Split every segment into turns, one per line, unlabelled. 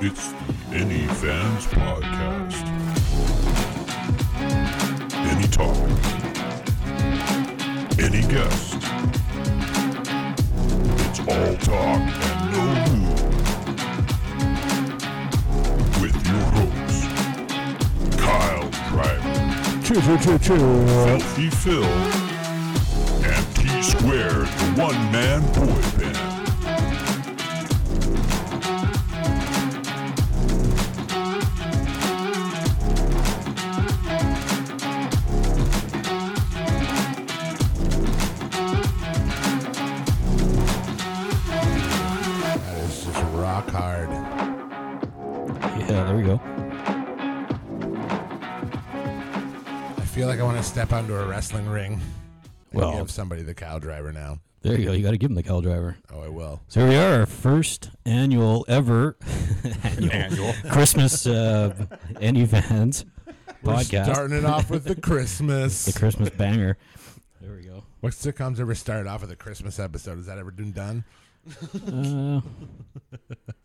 It's the Any Fans Podcast. Any topic, any guest. It's all talk and no rule. With your hosts, Kyle Driver,
Choo choo choo choo.
Filthy Phil, and T Squared, the one man boy band.
That is just rock hard.
Yeah, there we go.
I feel like I want to step onto a wrestling ring. and
Well-
give somebody the cow driver now.
There you go. You got to give him the cow driver.
Oh, I will.
So here we are, our first annual ever annual, Christmas uh, any fans podcast,
Starting it off with the
the
Christmas.
Christmas banger. There we go.
what sitcoms ever started off with a Christmas episode? Has that ever been done?
Uh,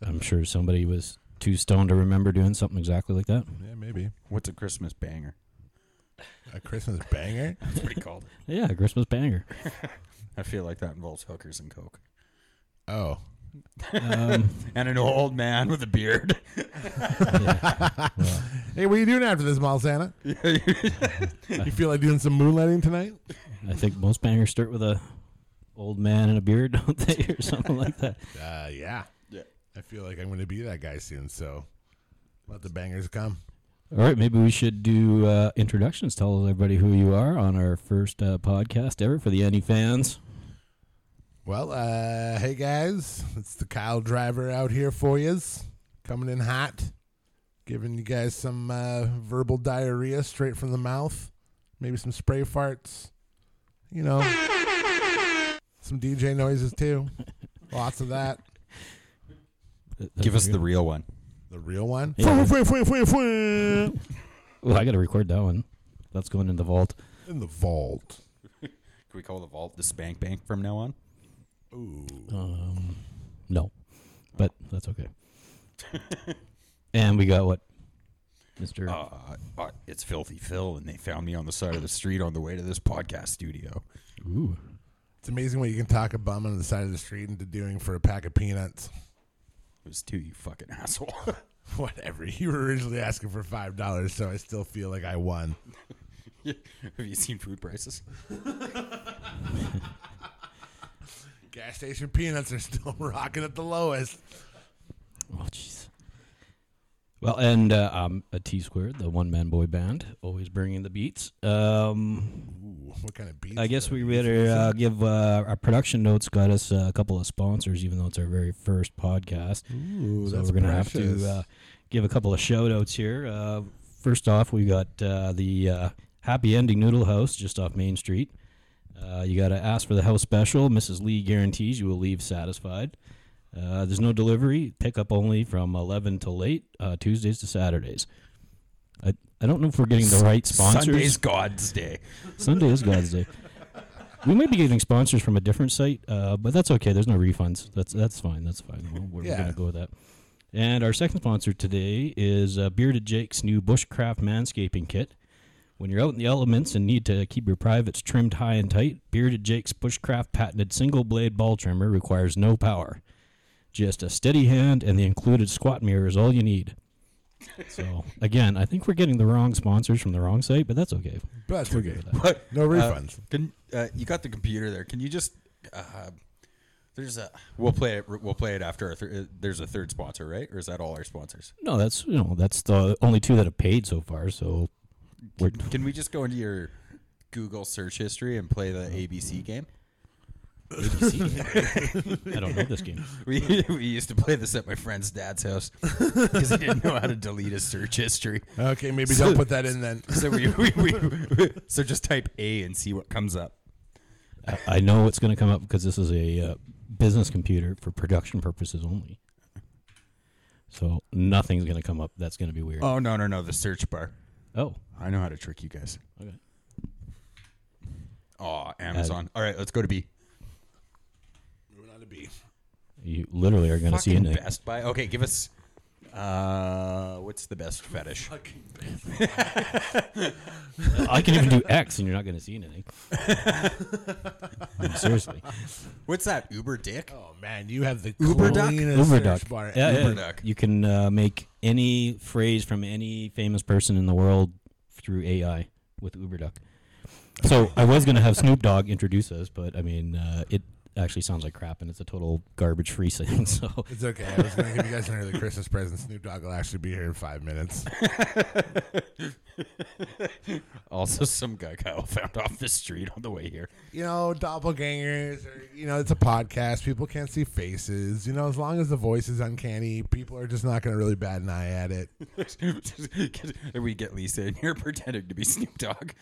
I'm sure somebody was too stoned to remember doing something exactly like that.
Yeah, maybe.
What's a Christmas banger?
A Christmas banger?
That's what he called it.
Yeah, a Christmas banger.
I feel like that involves hookers and coke.
Oh.
Um,
And an old man with a beard.
Hey, what are you doing after this, Mall Santa? you feel like doing some moonlighting tonight?
I think most bangers start with a old man and a beard, don't they, or something like that.
Uh, yeah.
Yeah.
I feel like I'm going to be that guy soon, so let the bangers come.
All right, maybe we should do uh, introductions. Tell everybody who you are on our first uh, podcast ever for the Any fans.
Well, uh, hey guys, it's the Kyle Driver out here for yous, coming in hot, giving you guys some uh, verbal diarrhea straight from the mouth, maybe some spray farts, you know, some DJ noises too, lots of that.
Give us the real one.
The real one.
Uh, Yeah.
In
Well, I got to record that one. That's going in the vault.
the vault.
Can we call the vault the spank bank from now on?
Um, no, but that's okay. and we got what, Mister?
Uh, uh, it's Filthy Phil, and they found me on the side of the street on the way to this podcast studio.
Ooh,
It's amazing what you can talk a bum on the side of the street into doing for a pack of peanuts.
It was two, you fucking asshole.
Whatever. You were originally asking for five dollars, so I still feel like I won.
Have you seen food prices?
Gas station peanuts are still rocking at the lowest.
oh jeez. Well, and uh, um, a T squared, the one man boy band, always bringing the beats. Um,
Ooh, what kind of beats?
I guess
are
we
these?
better uh, give uh, our production notes got us uh, a couple of sponsors, even though it's our very first podcast.
Ooh,
so
that's
we're gonna have
precious.
to uh, give a couple of shout outs here. Uh, first off, we got uh, the uh, Happy Ending Noodle House just off Main Street. Uh, you got to ask for the house special. Mrs. Lee guarantees you will leave satisfied. Uh, there's no delivery, pickup only from 11 to late, uh, Tuesdays to Saturdays. I, I don't know if we're getting the right sponsors.
Sunday's God's Day.
Sunday is God's day. We might be getting sponsors from a different site, uh, but that's okay. There's no refunds. That's that's fine. That's fine. We're, we're
Yeah.
gonna go with that. And our second sponsor today is uh, Bearded Jake's new Bushcraft Manscaping Kit. When you're out in the elements and need to keep your privates trimmed high and tight, Bearded Jake's Bushcraft patented single blade ball trimmer requires no power. Just a steady hand and the included squat mirror is all you need. So, again, I think we're getting the wrong sponsors from the wrong site, but that's okay.
But that's okay.
But
No refunds.
Can uh, you got the computer there? Can you just uh, there's a we'll play it we'll play it after our th- there's a third sponsor right or is that all our sponsors?
No, that's you know that's the only two that have paid so far. So we're
Can we just go into your Google search history and play the ABC game?
I don't know this game.
We, we used to play this at my friend's dad's house because he didn't know how to delete his search history.
okay, maybe don't put that in then.
So we, we, we so just type A and see what comes up.
I, I know it's going to come up because this is a uh, business computer for production purposes only. So nothing's going to come up. That's going to be weird.
Oh no no no the search bar.
oh,
I know how to trick you guys.
okay.
Oh Amazon. All right, let's go to B.
Moving on to B.
You literally are going to see
Fucking
anything.
Best Buy. Okay, give us Uh, what's the best fetish?
I can even do X, and you're not going to see anything. I mean, seriously,
What's that? Uber dick?
Oh man, you have the
Uber duck?
cleanest search
Uber duck.
bar.
Yeah, yeah.
Uberduck.
You can uh, make any phrase from any famous person in the world through AI with Uberduck. So I was going to have Snoop Dogg introduce us, but I mean, uh, it actually sounds like crap, and it's a total garbage-free thing. So
It's okay. I was gonna give you guys an early Christmas present. Snoop Dogg will actually be here in five minutes.
Also, some guy Kyle found off the street on the way here.
You know, doppelgangers. Or, you know, it's a podcast. People can't see faces. You know, as long as the voice is uncanny, people are just not gonna really bat an eye at it.
Can we get Lisa in here pretending to be Snoop Dogg.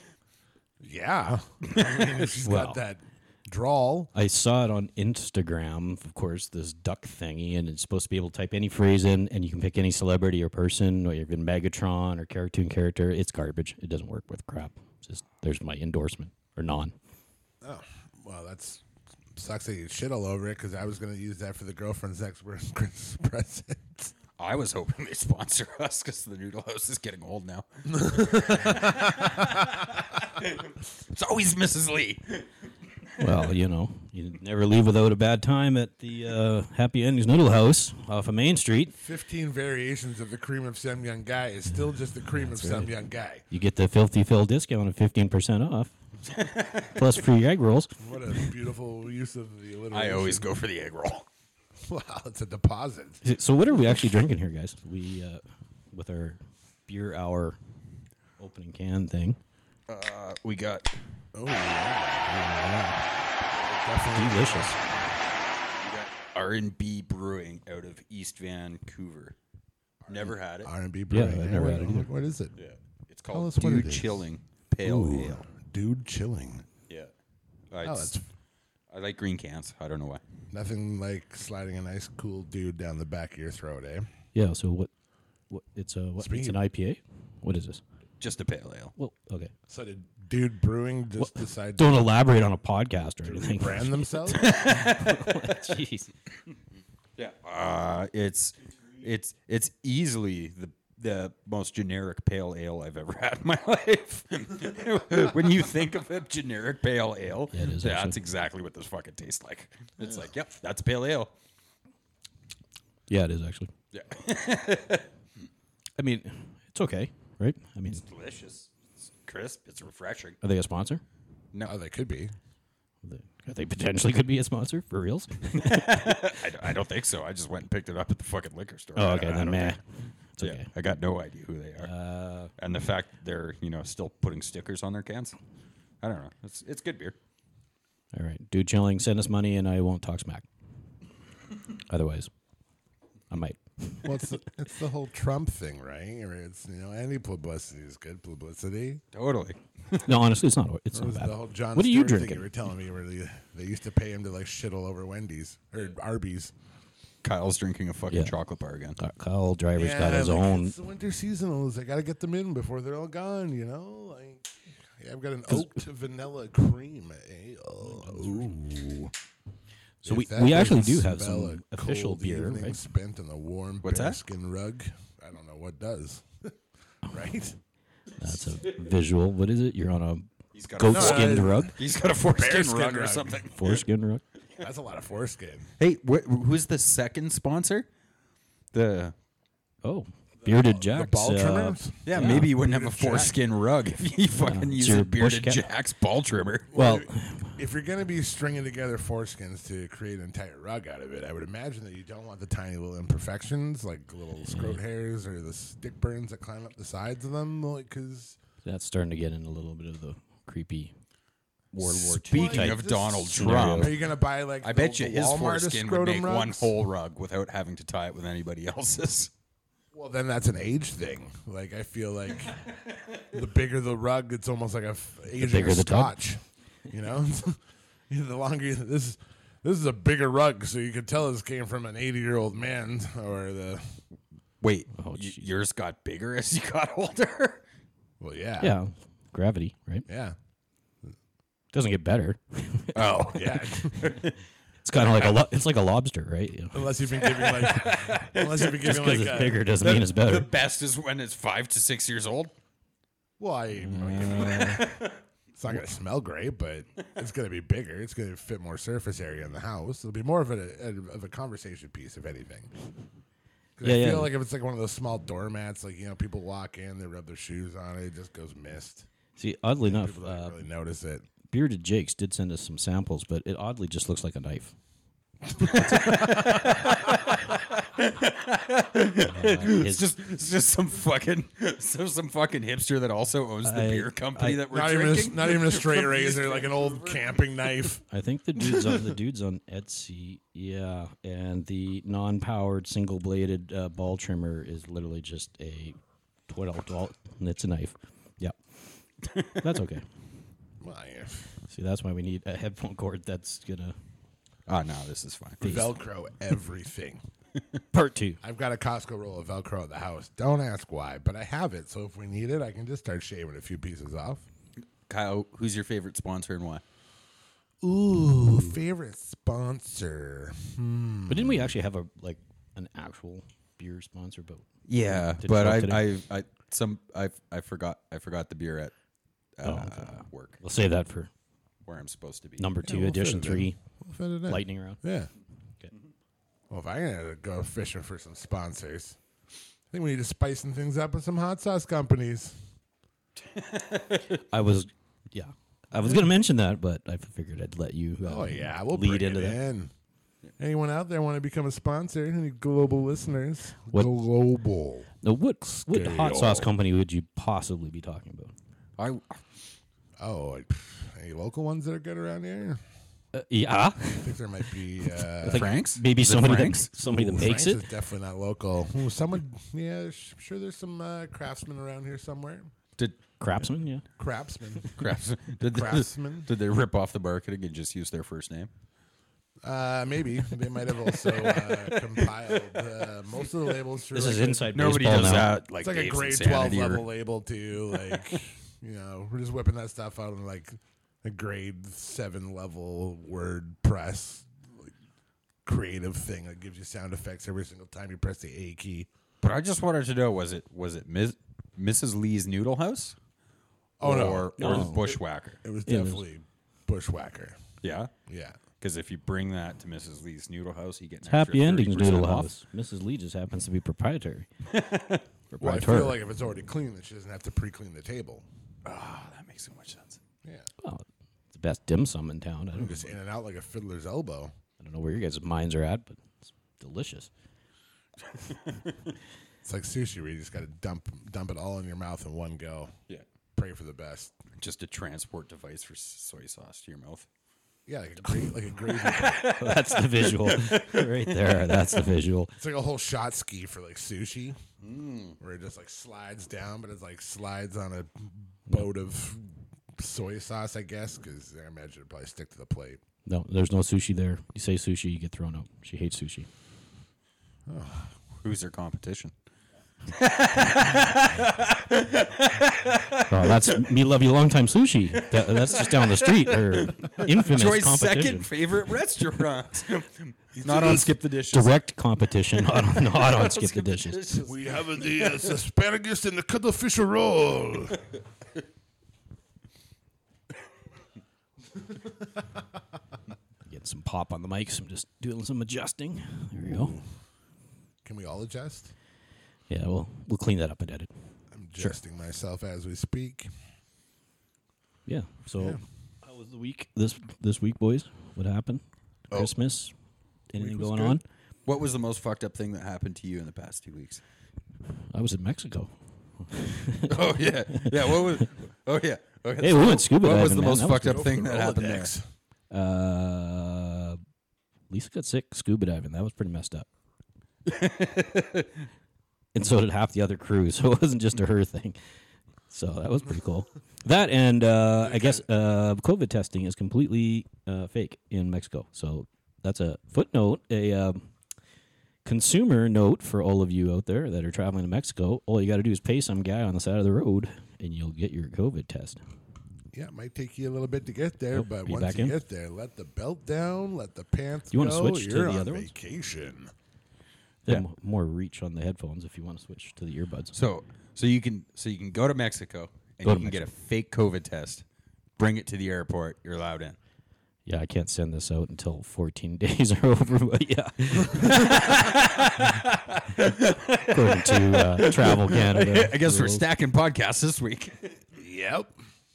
Yeah, I mean, if she's
Well.
got that drawl.
I saw it on Instagram, of course, this duck thingy, and it's supposed to be able to type any phrase in, and you can pick any celebrity or person, or even Megatron or cartoon character. It's garbage. It doesn't work with crap. It's just there's my endorsement or non.
Well, that's sucks that you shit all over it because I was gonna use that for the girlfriend's next worst Christmas present.
I was hoping they sponsor us because the Noodle House is getting old now. it's always Mrs. Lee.
Well, you know, you never leave without a bad time at the uh, Happy Endings Noodle House off of Main Street.
Fifteen variations of the cream of some young guy is still just the cream of some young guy.
You get the Filthy Phil discount of fifteen percent off, plus free egg rolls.
What a beautiful use of the alliteration.
I always go for the egg roll.
Wow, it's a deposit.
So, what are we actually drinking here, guys? We uh, with our beer hour opening can thing.
Uh, we got
Oh, Definitely.
Delicious.
R and B Brewing out of East Vancouver. Never had it.
R and B
Yeah,
brewing.
I never had it either.
What is it?
Yeah, it's
Tell
called
us what
Dew
it is.
Chilling Pale
Ooh,
Ale.
dude, chilling.
Yeah, I,
Oh, that's
I like green cans. I don't know why.
nothing like sliding a nice, cool dude down the back of your throat, eh?
Yeah. So what? What it's a what? It's
Speaking-
an IPA. What is this?
Just a pale ale.
Well, okay.
So did Dude Brewing just decide to
Don't elaborate on a podcast or anything.
brand themselves?
Jeez.
Yeah, uh, it's it's it's easily the the most generic pale ale I've ever had in my life. when you think of a generic pale ale,
it is
that's
actually.
exactly what this fucking tastes like. It's like, yep, that's pale ale.
Yeah, it is actually.
Yeah,
I mean, it's okay, right? I mean,
delicious. It's crisp. It's refreshing.
are they a sponsor?
oh, they could be.
They- They potentially could be a sponsor for reals.
I don't, I don't think so. I just went and picked it up at the fucking liquor store.
Oh,
I-
okay.
I
Then
don't
meh.
think-
It's
yeah,
okay.
I got no idea who they are, and the fact they're you know still putting stickers on their cans. I don't know. It's it's good beer.
All right, dude, chilling. Send us money, and I won't talk smack. Otherwise, I might.
Well, it's the, it's the whole Trump thing, right? Or it's you know, any publicity is good publicity.
Totally.
No, honestly, it's not. It's
It
not
was
bad.
the whole John
what are you
Stewart thing
drinking?
you were telling me where they, they used to pay him to like shit all over Wendy's or Arby's.
Kyle's drinking a fucking
Yeah.
chocolate bar again.
Uh, Kyle Driver's got his
like,
own.
It's the winter seasonals. I gotta get them in before they're all gone. You know, like yeah, I've got an oat to vanilla cream ale. Ooh.
So
If
we,
that
we actually
doesn't
do have
spell
some
a
official
cold
beer,
evening
right?
Spent in the warm
What's that?
skin rug. I don't know what does. right?
That's a visual. What is it? You're on a
He's got
goat
a,
skinned
I-
rug,
he's got a foreskin
Bearskin
rug or
rug.
something.
foreskin rug.
That's a lot of foreskin.
Hey, wh- who's the second sponsor? The
Oh, bearded jacks.
The ball
uh,
trimmers.
yeah, maybe you wouldn't have a foreskin rug if you fucking
it's
used
your
a bearded
bush cat.
Jack's ball trimmer.
well,
If you're gonna be stringing together foreskins to create an entire rug out of it, I would imagine that you don't want the tiny little imperfections, like little scrot hairs or the stick burns that climb up the sides of them, like because
that's starting to get in a little bit of the creepy World War II
Speaking
type.
of Donald
scenario.
Trump,
are you gonna buy like?
I
the-
bet you
the
his
Walmart
foreskin would
scrotum
make one
rugs?
whole rug without having to tie it with anybody else's.
Well, then that's an age thing. Like I feel like the bigger the rug, it's almost like a f- aging
bigger
of
the tub.
scotch. You know, the longer you, this is this is a bigger rug, so you could tell this came from an eighty-year-old man or the
Wait,
Oh,
y-
jeez.
yours got bigger as you got older.
well, yeah,
yeah, gravity, right?
yeah,
Doesn't get better.
Oh,
yeah.
It's kind of like a lo- it's like a lobster, right? You know,
Unless you've been giving like, unless you've been
Just because
giving like,
it's
uh,
bigger doesn't
The-
mean it's
The
better.
best is when it's five to six years old.
Well, I,
Mm.
it's not going to smell great, but it's going to be bigger. It's going to fit more surface area in the house. It'll be more of a, a of a conversation piece, if anything. 'Cause I
Yeah,
feel
yeah.
like if it's like one of those small doormats, like you know, people walk in, they rub their shoes on it, it just goes mist.
See, oddly enough,
People don't
uh,
really notice it.
bearded Jake's did send us some samples, but it oddly just looks like a knife. Uh, his-
It's just it's just some fucking so some fucking hipster that also owns the
I-
beer company
I-
that we're
Not even,
drinking.
a, not even a straight razor, like an old camping knife.
I think the dudes on the dudes on Etsy, yeah, and the non-powered single-bladed uh, ball trimmer is literally just a twelve doll. It's a knife. Yeah, that's okay.
Well, yeah.
See, that's why we need a headphone cord. That's gonna
Oh no, this is fine.
Velcro everything.
part two.
I've got a Costco roll of Velcro at the house. Don't ask why, but I have it. So if we need it, I can just start shaving a few pieces off.
Kyle, who's your favorite sponsor and why?
Ooh, favorite sponsor.
But didn't we actually have a like an actual beer sponsor? But
Yeah,
Did
but
you
I,
look
I I some I I forgot I forgot the beer at
Oh,
uh, work
we'll save that for
where I'm supposed to be.
number two,
we'll fit
edition
it in.
three,
We'll fit it in.
lightning round.
Yeah.
Okay.
Well, if I'm going to go fishing for some sponsors, I think we need to spice some things up with some hot sauce companies.
I was, yeah, I was gonna mention that, but I figured I'd let you. Uh,
Oh, yeah. We'll
lead
bring
into
it
that.
in. Anyone out there want to become a sponsor? Any global listeners?
What-
Global.
Now, what what hot sauce company would you possibly be talking about?
I
Oh, like, pff, any local ones that are good around here?
Uh, yeah,
I think there might be. Uh,
Frank's
maybe
Is it
somebody
Frank's?
that somebody that makes
Frank's
it.
is definitely not local. Ooh, someone, yeah, I'm sure there's some uh, craftsmen around here somewhere.
did
Craftsman, yeah.
Craftsmen.
crafts did they,
Craftsman.
did they rip off the marketing and just use their first name?
Uh, maybe they might have also uh, compiled uh, most of the labels. Through
This
like
is
a-
inside
Nobody
baseball
does
now.
that. Like
It's like a
Dave's
grade twelve
Insanity or-
level label too. Like you know, we're just whipping that stuff out in like a grade seven level WordPress like, creative thing that gives you sound effects every single time you press the A key.
But I just wanted to know was it was it Ms., Mrs. Lee's Noodle House?
Oh,
or,
no.
or Bushwhacker?
It was
Yeah, it was-
definitely Bushwhacker.
Yeah,
Yeah.
because if you bring that to Mrs. Lee's Noodle House, you get an extra
Happy endings,
30%
Noodle
off.
House. Mrs. Lee just happens to be proprietary.
Well, I
proprietary.
feel like if it's already clean, then she doesn't have to pre-clean the table.
Ah, that makes so much sense.
Yeah,
Well, Oh, it's the best dim sum in town. I don't,
just in and out like a fiddler's elbow.
I don't know where your guys' minds are at, but it's delicious.
It's like sushi where you just got to dump dump it all in your mouth in one go.
Yeah,
Pray for the best.
just a transport device for s- soy sauce to your mouth.
Yeah, like a gravy, like a gravy. boat.
That's the visual right there. That's the visual.
It's like a whole shot ski for like sushi, where it just like slides down, but it's like slides on a boat of soy sauce, I guess, because I imagine it probably stick to the plate.
No, there's no sushi there. You say sushi, you get thrown out. She hates sushi.
Who's their competition?
Oh, that's me love you long time sushi. That, that's just down the street. Her infamous
Joy's
competition.
second favorite restaurant. Not on Skip the Dishes.
Direct competition, not on, not on skip the dishes.
We have the uh, asparagus and the cuttlefish roll.
Getting some pop on the mics. I'm just doing some adjusting. There you go.
Can we all adjust?
Yeah, we'll we'll clean that up and edit.
I'm adjusting myself as we speak.
Yeah. So, how was the week this this week, boys? What happened? Christmas? Anything
Oh. was
going
good.
on?
What was the most fucked up thing that happened to you in the past two weeks?
I was in Mexico.
oh yeah, yeah. What was? Oh yeah. Oh, yeah.
Hey, we went scuba
what was
diving,
the
man.
most
That was
fucked up thing that happened there?
Rolodex.
Uh, Lisa got sick scuba diving. That was pretty messed up. and so did half the other crew. So it wasn't just a her thing. So that was pretty cool. That and uh, I guess uh, COVID testing is completely uh, fake in Mexico. So that's a footnote, a um, consumer note for all of you out there that are traveling to Mexico. All you got to do is pay some guy on the side of the road, and you'll get your COVID test.
yeah, it might take you a little bit to get there,
Nope,
but
you
once
back
you
in?
get there, let the belt down, let the pants
You
want
wanna switch to
You're
the
on
other ones?
vacation.
They have m- more reach on the headphones if you want to switch to the earbuds.
So so you can so you can go to Mexico and
Go
you
to
can get a fake COVID test, bring it to the airport, you're allowed in.
yeah, I can't send this out until 14 days are over. But yeah, according to uh, Travel Canada,
I guess we're
rules.
stacking podcasts this week.
Yep.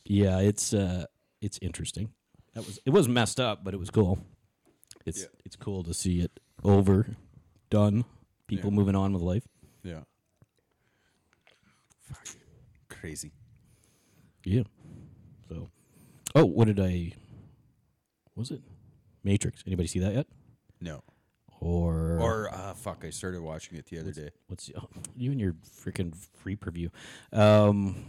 Yeah, it's uh, it's interesting. That was it was messed up, but it was cool. It's it's cool to see it over, done. People moving on with life.
Yeah. Fuck. Crazy.
Yeah. So, oh, what did I? Was it Matrix? Anybody see that yet?
No.
Or
Or uh, fuck, I started watching it the other day.
what's oh, you and your freaking free preview? Um,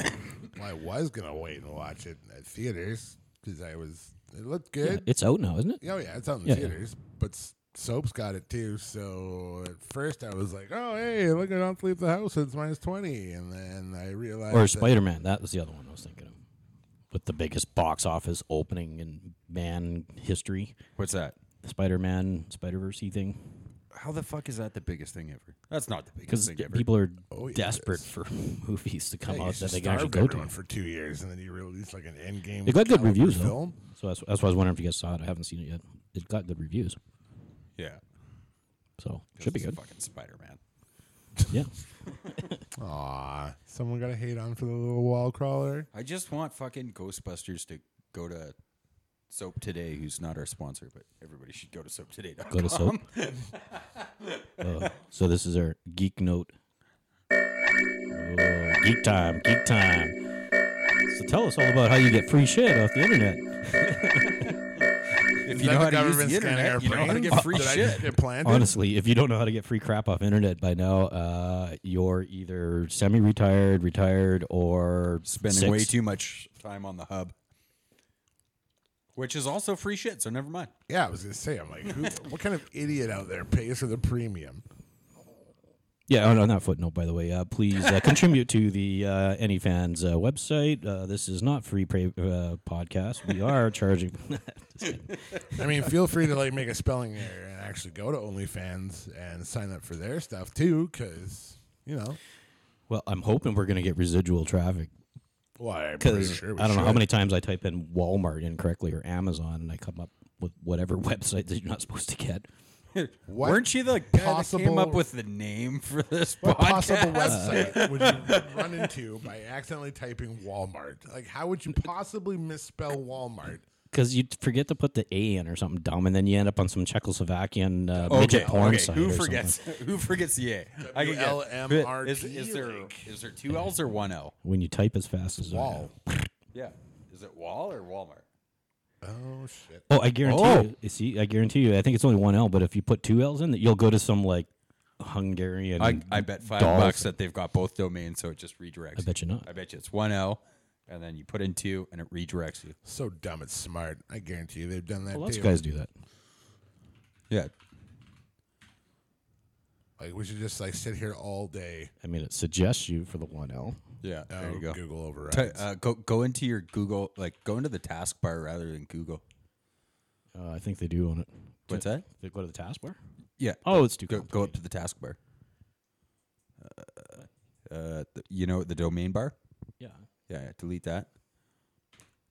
Well, I was gonna wait and watch it at theaters because I was. It looked
yeah,
good.
it's out now, isn't it?
oh yeah, it's out in the
Yeah, yeah.
theaters. But S- Soaps got it too. So at first I was like, "Oh hey, look at Don't Leave the House. It's minus 20. And then I realized
Or
that-
Spider Man? That was the other one I was thinking of, with the biggest box office opening in man history.
What's that?
Spider Man, Spider Verse thing,
How the fuck is that the biggest thing ever? That's not the biggest
because
thing ever.
people are
Oh, yeah, it
desperate
is.
for movies to come
Hey, you
out that
just
they can actually
starved
go
everyone
to.
for two years, and then you release like an Endgame.
It got good
caliber
reviews, though.
Film.
So that's, that's why I was wondering if you guys saw it. I haven't seen it yet. It got good reviews,
yeah.
so should be
It's
good.
Fucking Spider Man.
Yeah.
Aw, someone got a hate on for the little wall crawler.
I just want fucking Ghostbusters to go to Soap Today, who's not our sponsor, but everybody should go to Soap Today.
Go to soap. Uh, so this is our geek note. Oh, geek time, geek time. So tell us all about how you get free shit off the internet.
If
Is
you
that
know how
the
to use
government
the
scanning
internet, you know how to
airplanes?
get free
Did I
shit.
just get planted?
Honestly, if you don't know how to get free crap off internet by now, uh, you're either semi-retired, retired, or
Spending
six.
way too much time on the hub, which is also free shit. So never mind.
Yeah, I was gonna say, I'm like, who, what kind of idiot out there pays for the premium?
Yeah, on, on that footnote, by the way, uh, please uh, contribute to the uh, AnyFans uh, website. Uh, this is not free pra- uh, podcast. We are charging. Just kidding.
I mean, feel free to like make a spelling error and actually go to OnlyFans and sign up for their stuff too, because you know,
well, I'm hoping we're going to get residual traffic
well, I'm pretty
because
sure we
I don't know how
should.
many times I type in Walmart incorrectly or Amazon, and I come up with whatever website that you're not supposed to get.
What
Weren't you the guy that came
possible-
up with the name for this
What possible
podcast?
website would you run into by accidentally typing Walmart? Like, how would you possibly misspell Walmart?
Because you forget to put the A in or something dumb, and then you end up on some Czechoslovakian uh, midget porn site.
Who
or
forgets?
Something.
Who forgets the A? I can get-
WLMRT,
Is, is there
like-
is there two L's or one L?
When you type as fast as I
Wall.
Yeah. Is it Wall or Walmart?
Oh shit!
Oh, I guarantee you. you. See, I guarantee you. I think it's only one L, but if you put two L's in, that you'll go to some like Hungarian.
I, I bet five
dolls.
bucks that they've got both domains, so it just redirects.
I bet you not.
I bet you it's one L, and then you put in two, and it redirects you.
So dumb, it's smart. I guarantee you, they've done that
Lots
too.
of guys do that.
Yeah.
Like, we should just like sit here all day.
I mean, it suggests you for the one L.
Yeah. There
Oh,
you go.
Google overrides.
T- uh, go go into your Google, like go into the taskbar rather than Google.
Uh, I think they do on it.
What's that?
They go to the taskbar.
Yeah.
Oh, it's too
Go, go up
complicated.
to the taskbar. Uh, uh, th- you know the domain bar.
Yeah,
Yeah. Delete that.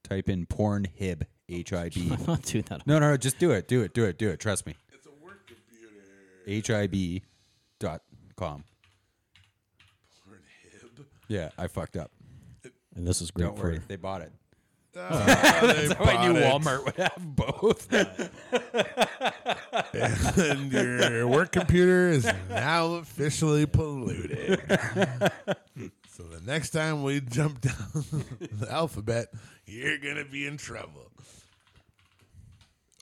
Type in Pornhib. H I B.
I'm not doing that.
No, no, no. Just do it. Do it. Do it. Do it. Trust me. It's a work computer. HIB dot com. Yeah, I fucked up.
And this is great
Don't
for
worry. They bought it.
That's
Oh, I knew Walmart would have both.
and your work computer is now officially polluted. so the next time we jump down the alphabet, you're gonna be in trouble.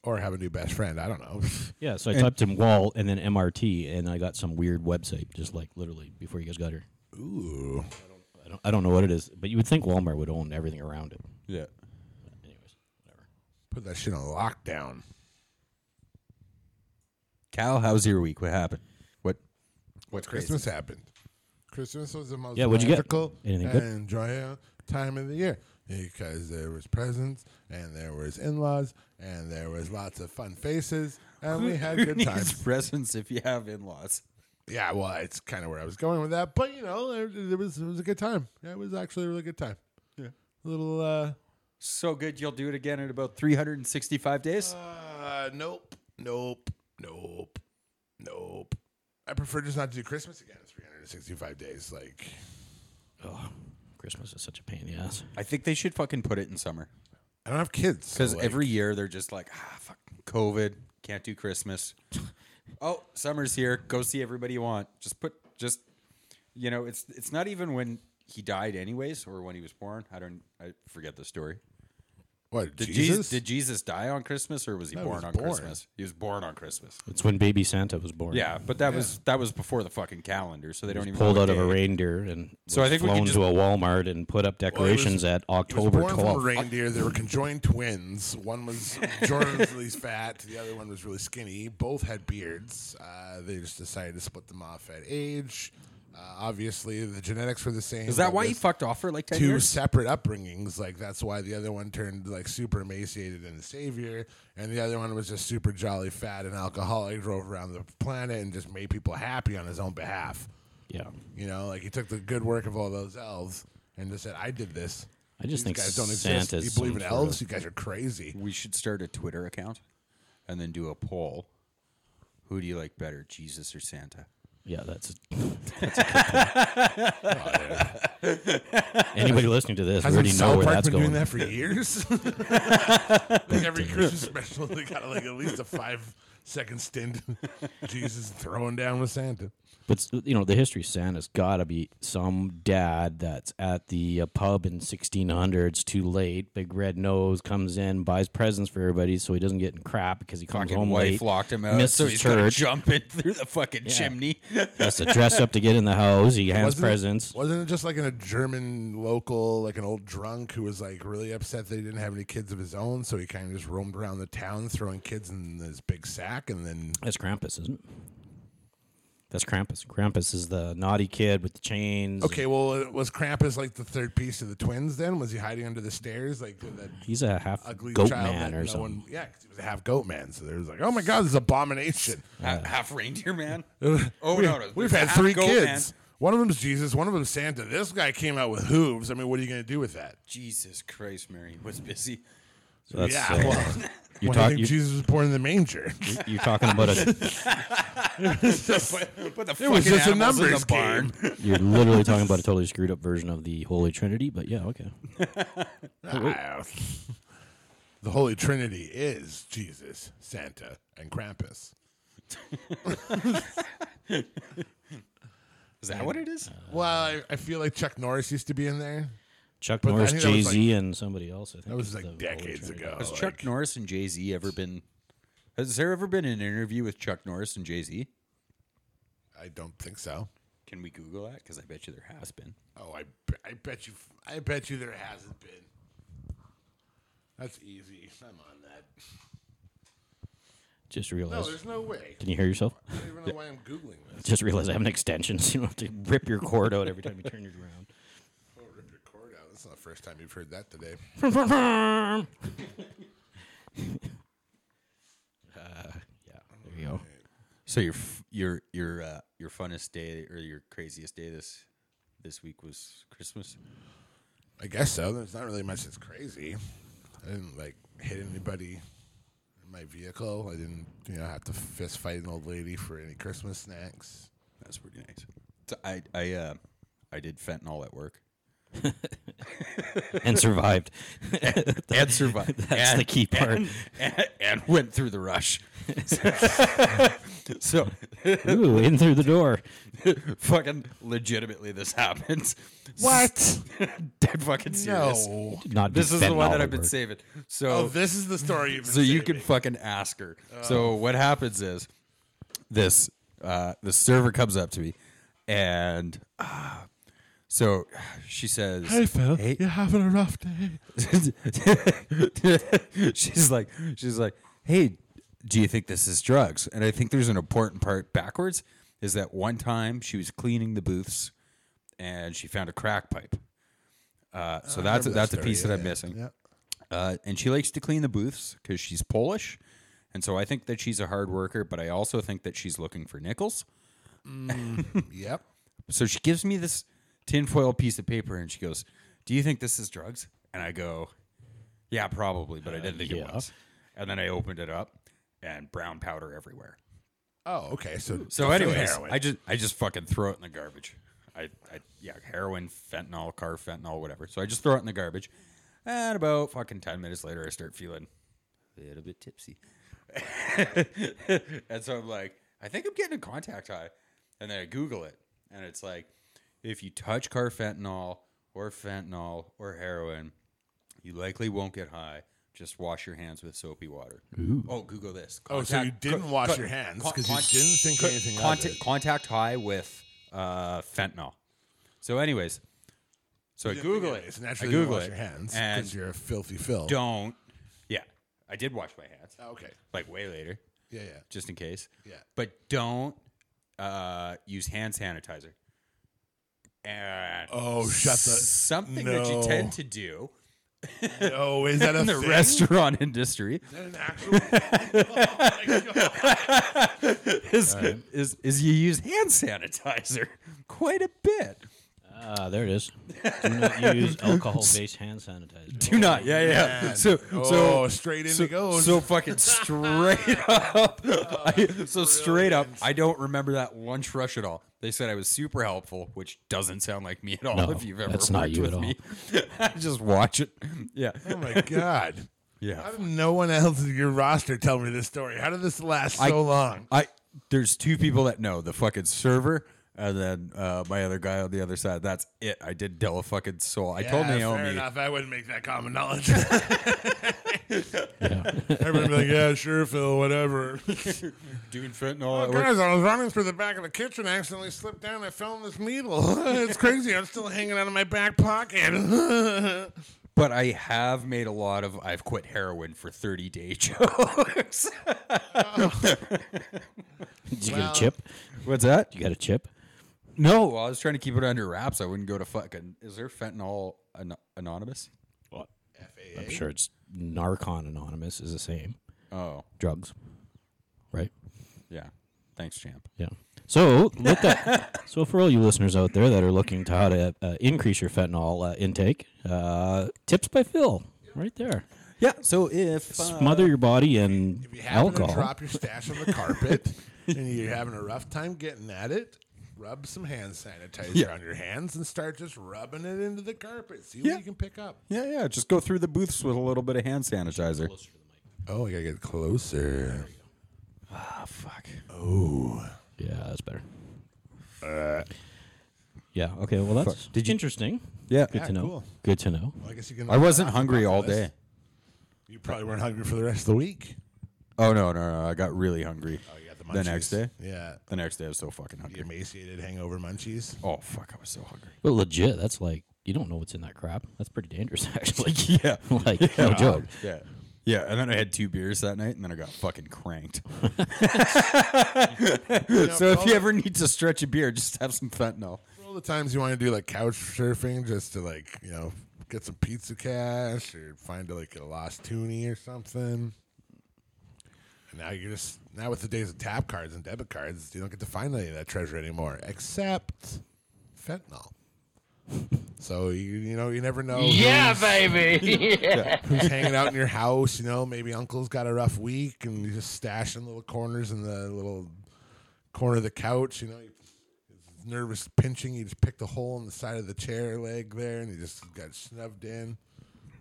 Or have a new best friend. I don't know.
Yeah, so I typed in wall and then MRT, and I got some weird website just like literally before you guys got here.
Ooh.
I don't, I don't know what it is, but you would think Walmart would own everything around it.
yeah.
Anyways, whatever.
Put that shit on lockdown.
Cal, how's your week? What happened? What? What's
Christmas happened. Christmas was the most
Yeah, what'd you get?
magical
Anything good?
and enjoyable time of the year. because there was presents and there was in-laws and there was lots of fun faces and we had
Who
good
needs
times.
presents if you have in-laws?
Yeah, well, it's kind of where I was going with that, but you know, it, it was it was a good time. Yeah, it was actually a really good time. Yeah, a little uh,
So good, you'll do it again in about 365 days.
Uh, nope, nope, nope, nope. I prefer just not to do Christmas again. 365 days, like
Oh, Christmas is such a pain in the ass.
I think they should fucking put it in summer
I don't have kids. so,
because
like,
every year they're just like, ah, fuck, COVID, can't do Christmas. oh, summer's here. Go see everybody you want. Just put, just you know, it's it's not even when he died, anyways, or when he was born. I don't, I forget the story.
what
Did
Jesus?
Jesus, did Jesus die on Christmas or was he
No, he
born
was
on
born.
Christmas? He was born on Christmas.
It's when baby Santa was born.
Yeah, but that was that was before the fucking calendar, so they don't even
Pulled
know
out
what
of a
day.
reindeer and
So
was
I think we
flown
can just-
to a Walmart and put up decorations at
He was
October
born from a
12th.
reindeer. They were conjoined twins. One was Jordan was really fat. The other one was really skinny. Both had beards. Uh, they just decided to split them off at age. Uh, obviously, the genetics were the same.
Is that
but
why he
this-
fucked off for like ten
two
years?
separate upbringings. Like that's why the other one turned like super emaciated and the savior, and the other one was just super jolly, fat, and alcoholic. Drove around the planet and just made people happy on his own behalf.
Yeah.
You know, like he took the good work of all those elves and just said, "I did this."
I just
These
think
guys don't
Santa's
exist. You believe
some
in
sort of-
elves? You guys are crazy.
We should start a Twitter account and then do a poll. Who do you like better, Jesus or Santa?
Yeah, that's. Anybody listening to this
Hasn't
already know
South
where
Park
that's
been
going.
doing that for years? like every Christmas special, they got like at least a five second stint. Jesus throwing down with Santa.
But s- you know, the history of Santa's got to be some dad that's at the uh, pub in 1600s too late. Big red nose comes in, buys presents for everybody, so he doesn't get in crap because he comes
Fucking
home
wife
late.
locked him out,
missed
so
his
he's gonna
church.
jump in through the fucking chimney.
Has to dress up to get in the house. He hands
Wasn't it-
presents.
wasn't it just like in a German local, like an old drunk who was like really upset that he didn't have any kids of his own, so he kind of just roamed around the town throwing kids in his big sack, and then
That's Krampus, isn't it? That's Krampus. Krampus is the naughty kid with the chains.
okay, well, was Krampus like the third piece of the twins? Then was he hiding under the stairs like with that
He's a half
ugly
goat
child?
man
that
or
no
something.
One, yeah, 'cause he was a half goat man, so there was like, oh my god, this is abomination.
Ha- half reindeer man. Oh
we,
no, no,
we've
it's
had
half
three
goat
kids.
man.
One of them's Jesus, one of them's Santa. This guy came out with hooves. I mean, what are you going to do with that?
Jesus Christ, Mary was busy.
So that's,
yeah,
uh,
well,
you're,
why do
talk-
you think
you-
Jesus was born in the manger.
you're talking about a.
Put, put the
It
fucking
was just
animals
a
in
numbers
the barn.
game.
You're literally talking about a totally screwed up version of the Holy Trinity. But yeah, okay.
Ah. the Holy Trinity is Jesus, Santa, and Krampus.
Is that what it is?
Well, I, I feel like Chuck Norris used to be in there.
Chuck
But I
Norris,
think that
Jay
was
Z, and somebody else. I think
That was
is the
like
Holy
decades
Trinity.
ago.
Has
like-
Chuck Norris and Jay Z ever been? Has there ever been an interview with Chuck Norris and Jay Z?
I don't think so.
Can we Google that? Because I bet you there has been.
Oh, I, be- I bet you, I bet you there hasn't been. That's easy. I'm on that.
Just realized.
No, there's no way.
Can you hear yourself?
I don't even know why I'm googling this.
Just realized I have an extension, so you don't have to rip your cord out every time you turn it around.
Oh, rip your cord out. That's not the first time you've heard that today.
Yeah, there you go.
So your f- your your uh, your funnest day or your craziest day this this week was Christmas.
I guess so. There's not really much that's crazy. I didn't like hit anybody in my vehicle. I didn't, you know, have to fist fight an old lady for any Christmas snacks.
That's pretty nice. So I I uh, I did fentanyl at work
And survived.
and survived.
That's the key part.
And, and, and went through the rush. so
Ooh, in through the door.
fucking legitimately, this happens. What? Dead fucking serious.
No.
Did Not
This
do
is the one
fentanyl
that I've
at
been
work.
saving. So
Oh, this is the story you've been
so you can
saving. Oh.
fucking ask her. So what happens is this uh, the server comes up to me and uh, so she says
Phil, you're having a rough day.
she's like she's like hey do you think this is drugs and i think there's an important part backwards is that one time she was cleaning the booths and she found a crack pipe Uh, so that's
Remember
that's a
story,
piece that
yeah,
I'm
yeah,
missing.
Yeah.
Uh, and she likes to clean the booths because she's Polish. And so I think that she's a hard worker, but I also think that she's looking for nickels.
Yep.
So she gives me this tinfoil piece of paper and she goes, Do you think this is drugs? And I go, Yeah, probably, but I didn't think it
yeah.
was. And then I opened it up and brown powder everywhere.
Oh, okay. So
So, anyways,
heroin.
I just I just fucking throw it in the garbage. I, I yeah, heroin, fentanyl, carfentanyl, whatever. So I just throw it in the garbage. And about fucking ten minutes later, I start feeling a little bit tipsy. and so I'm like, I think I'm getting a contact high. And then I Google it, and it's like, if you touch carfentanyl or fentanyl or heroin, you likely won't get high. Just wash your hands with soapy water. Oh, Google this.
Oh, so you didn't
co-
wash
co-
your hands
co-
'cause you
con-
didn't think
co-
anything of
contact,
it.
contact high with uh, fentanyl. So, anyways, so I Google it.
It's
I
naturally
Google
wash
it
your hands because
and
you're a filthy Phil. Oh,
don't. Yeah, I did wash my hands
Okay.
like way later,
Yeah, yeah.
just in case.
Yeah.
But don't uh, use hand sanitizer. And
Oh, shut the.
something that you
no.
tend to do
Oh, is that a
in the
thing?
restaurant industry
Is that an actual?
is, is is you use hand sanitizer quite a bit.
Ah, there it is. Do not use alcohol-based hand sanitizer.
Do not, yeah, yeah.
Man.
So,
Oh,
so
straight in
so,
it goes.
so fucking straight up.
Oh,
I, so straight up, I don't remember that lunch rush at all. They said I was super helpful, which doesn't sound like me at all.
No,
if you've ever
that's
worked
not you
with
at all.
me, just watch it. Yeah,
oh my god.
yeah.
How did no one else in your roster tell me this story? How did this last so
I-
long?
I there's two people that know the fucking server and then uh, my other guy on the other side. That's it. I did tell a fucking soul. I told
Yeah,
Naomi.
Fair enough. I wouldn't make that common knowledge. Everyone be like, yeah, sure, Phil, whatever.
doing fentanyl at work.
Guys, I was running through the back of the kitchen, accidentally slipped down, I fell in this needle. it's crazy. I'm still hanging out of my back pocket.
But I have made a lot of I've quit heroin for 30 day jokes.
Did you get a chip?
What's that?
You got a chip?
No, I was trying to keep it under wraps. I wouldn't go to fucking. Is there fentanyl an- anonymous?
What? FAA. I'm sure it's Narcon Anonymous is the same
Oh,
drugs, right?
yeah. Thanks, champ.
Yeah. So look up. so for all you listeners out there that are looking to how to uh, increase your fentanyl uh, intake, uh, tips by Phil, right there.
Yeah. So if
Smother your body in
If you happen
alcohol.
to drop your stash on the carpet and you're having a rough time getting at it, rub some hand sanitizer
Yeah.
on your hands and start just rubbing it into the carpet. See
Yeah.
what you can pick up.
yeah, yeah. Just go through the booths with a little bit of hand sanitizer.
Oh, I gotta get closer.
Oh, fuck.
Yeah, that's better. yeah. Okay. Well, that's
Did you-
interesting.
Yeah.
Good to know.
cool.
Good to know.
Well, I guess you can.
I wasn't hungry all
this.
day.
You probably weren't hungry for the rest of the week.
Oh no, no, no! I got really hungry.
Oh, you got
the next
munchies.
day.
Yeah.
The next day, I was so fucking
The
hungry.
emaciated hangover munchies.
Oh fuck, I was so hungry.
But legit, that's like you don't know what's in that crap. That's pretty dangerous, actually.
Yeah,
like no joke.
yeah, yeah. And then I had two beers that night, and then I got fucking cranked. so if you ever need to stretch a beer, just have some fentanyl.
For all the times you want to do like couch surfing just to like, you know, get some pizza cash or find like a lost toonie or something. And now you're just, now with the days of tap cards and debit cards, you don't get to find any of that treasure anymore except fentanyl. So you you know you never know. Yeah, baby. Who's hanging out in your house? You know, maybe uncle's got a rough week, and you just stash in little corners in the little corner of the couch. You know, you nervous pinching. You just picked a hole in the side of the chair leg there, and he just got snubbed in.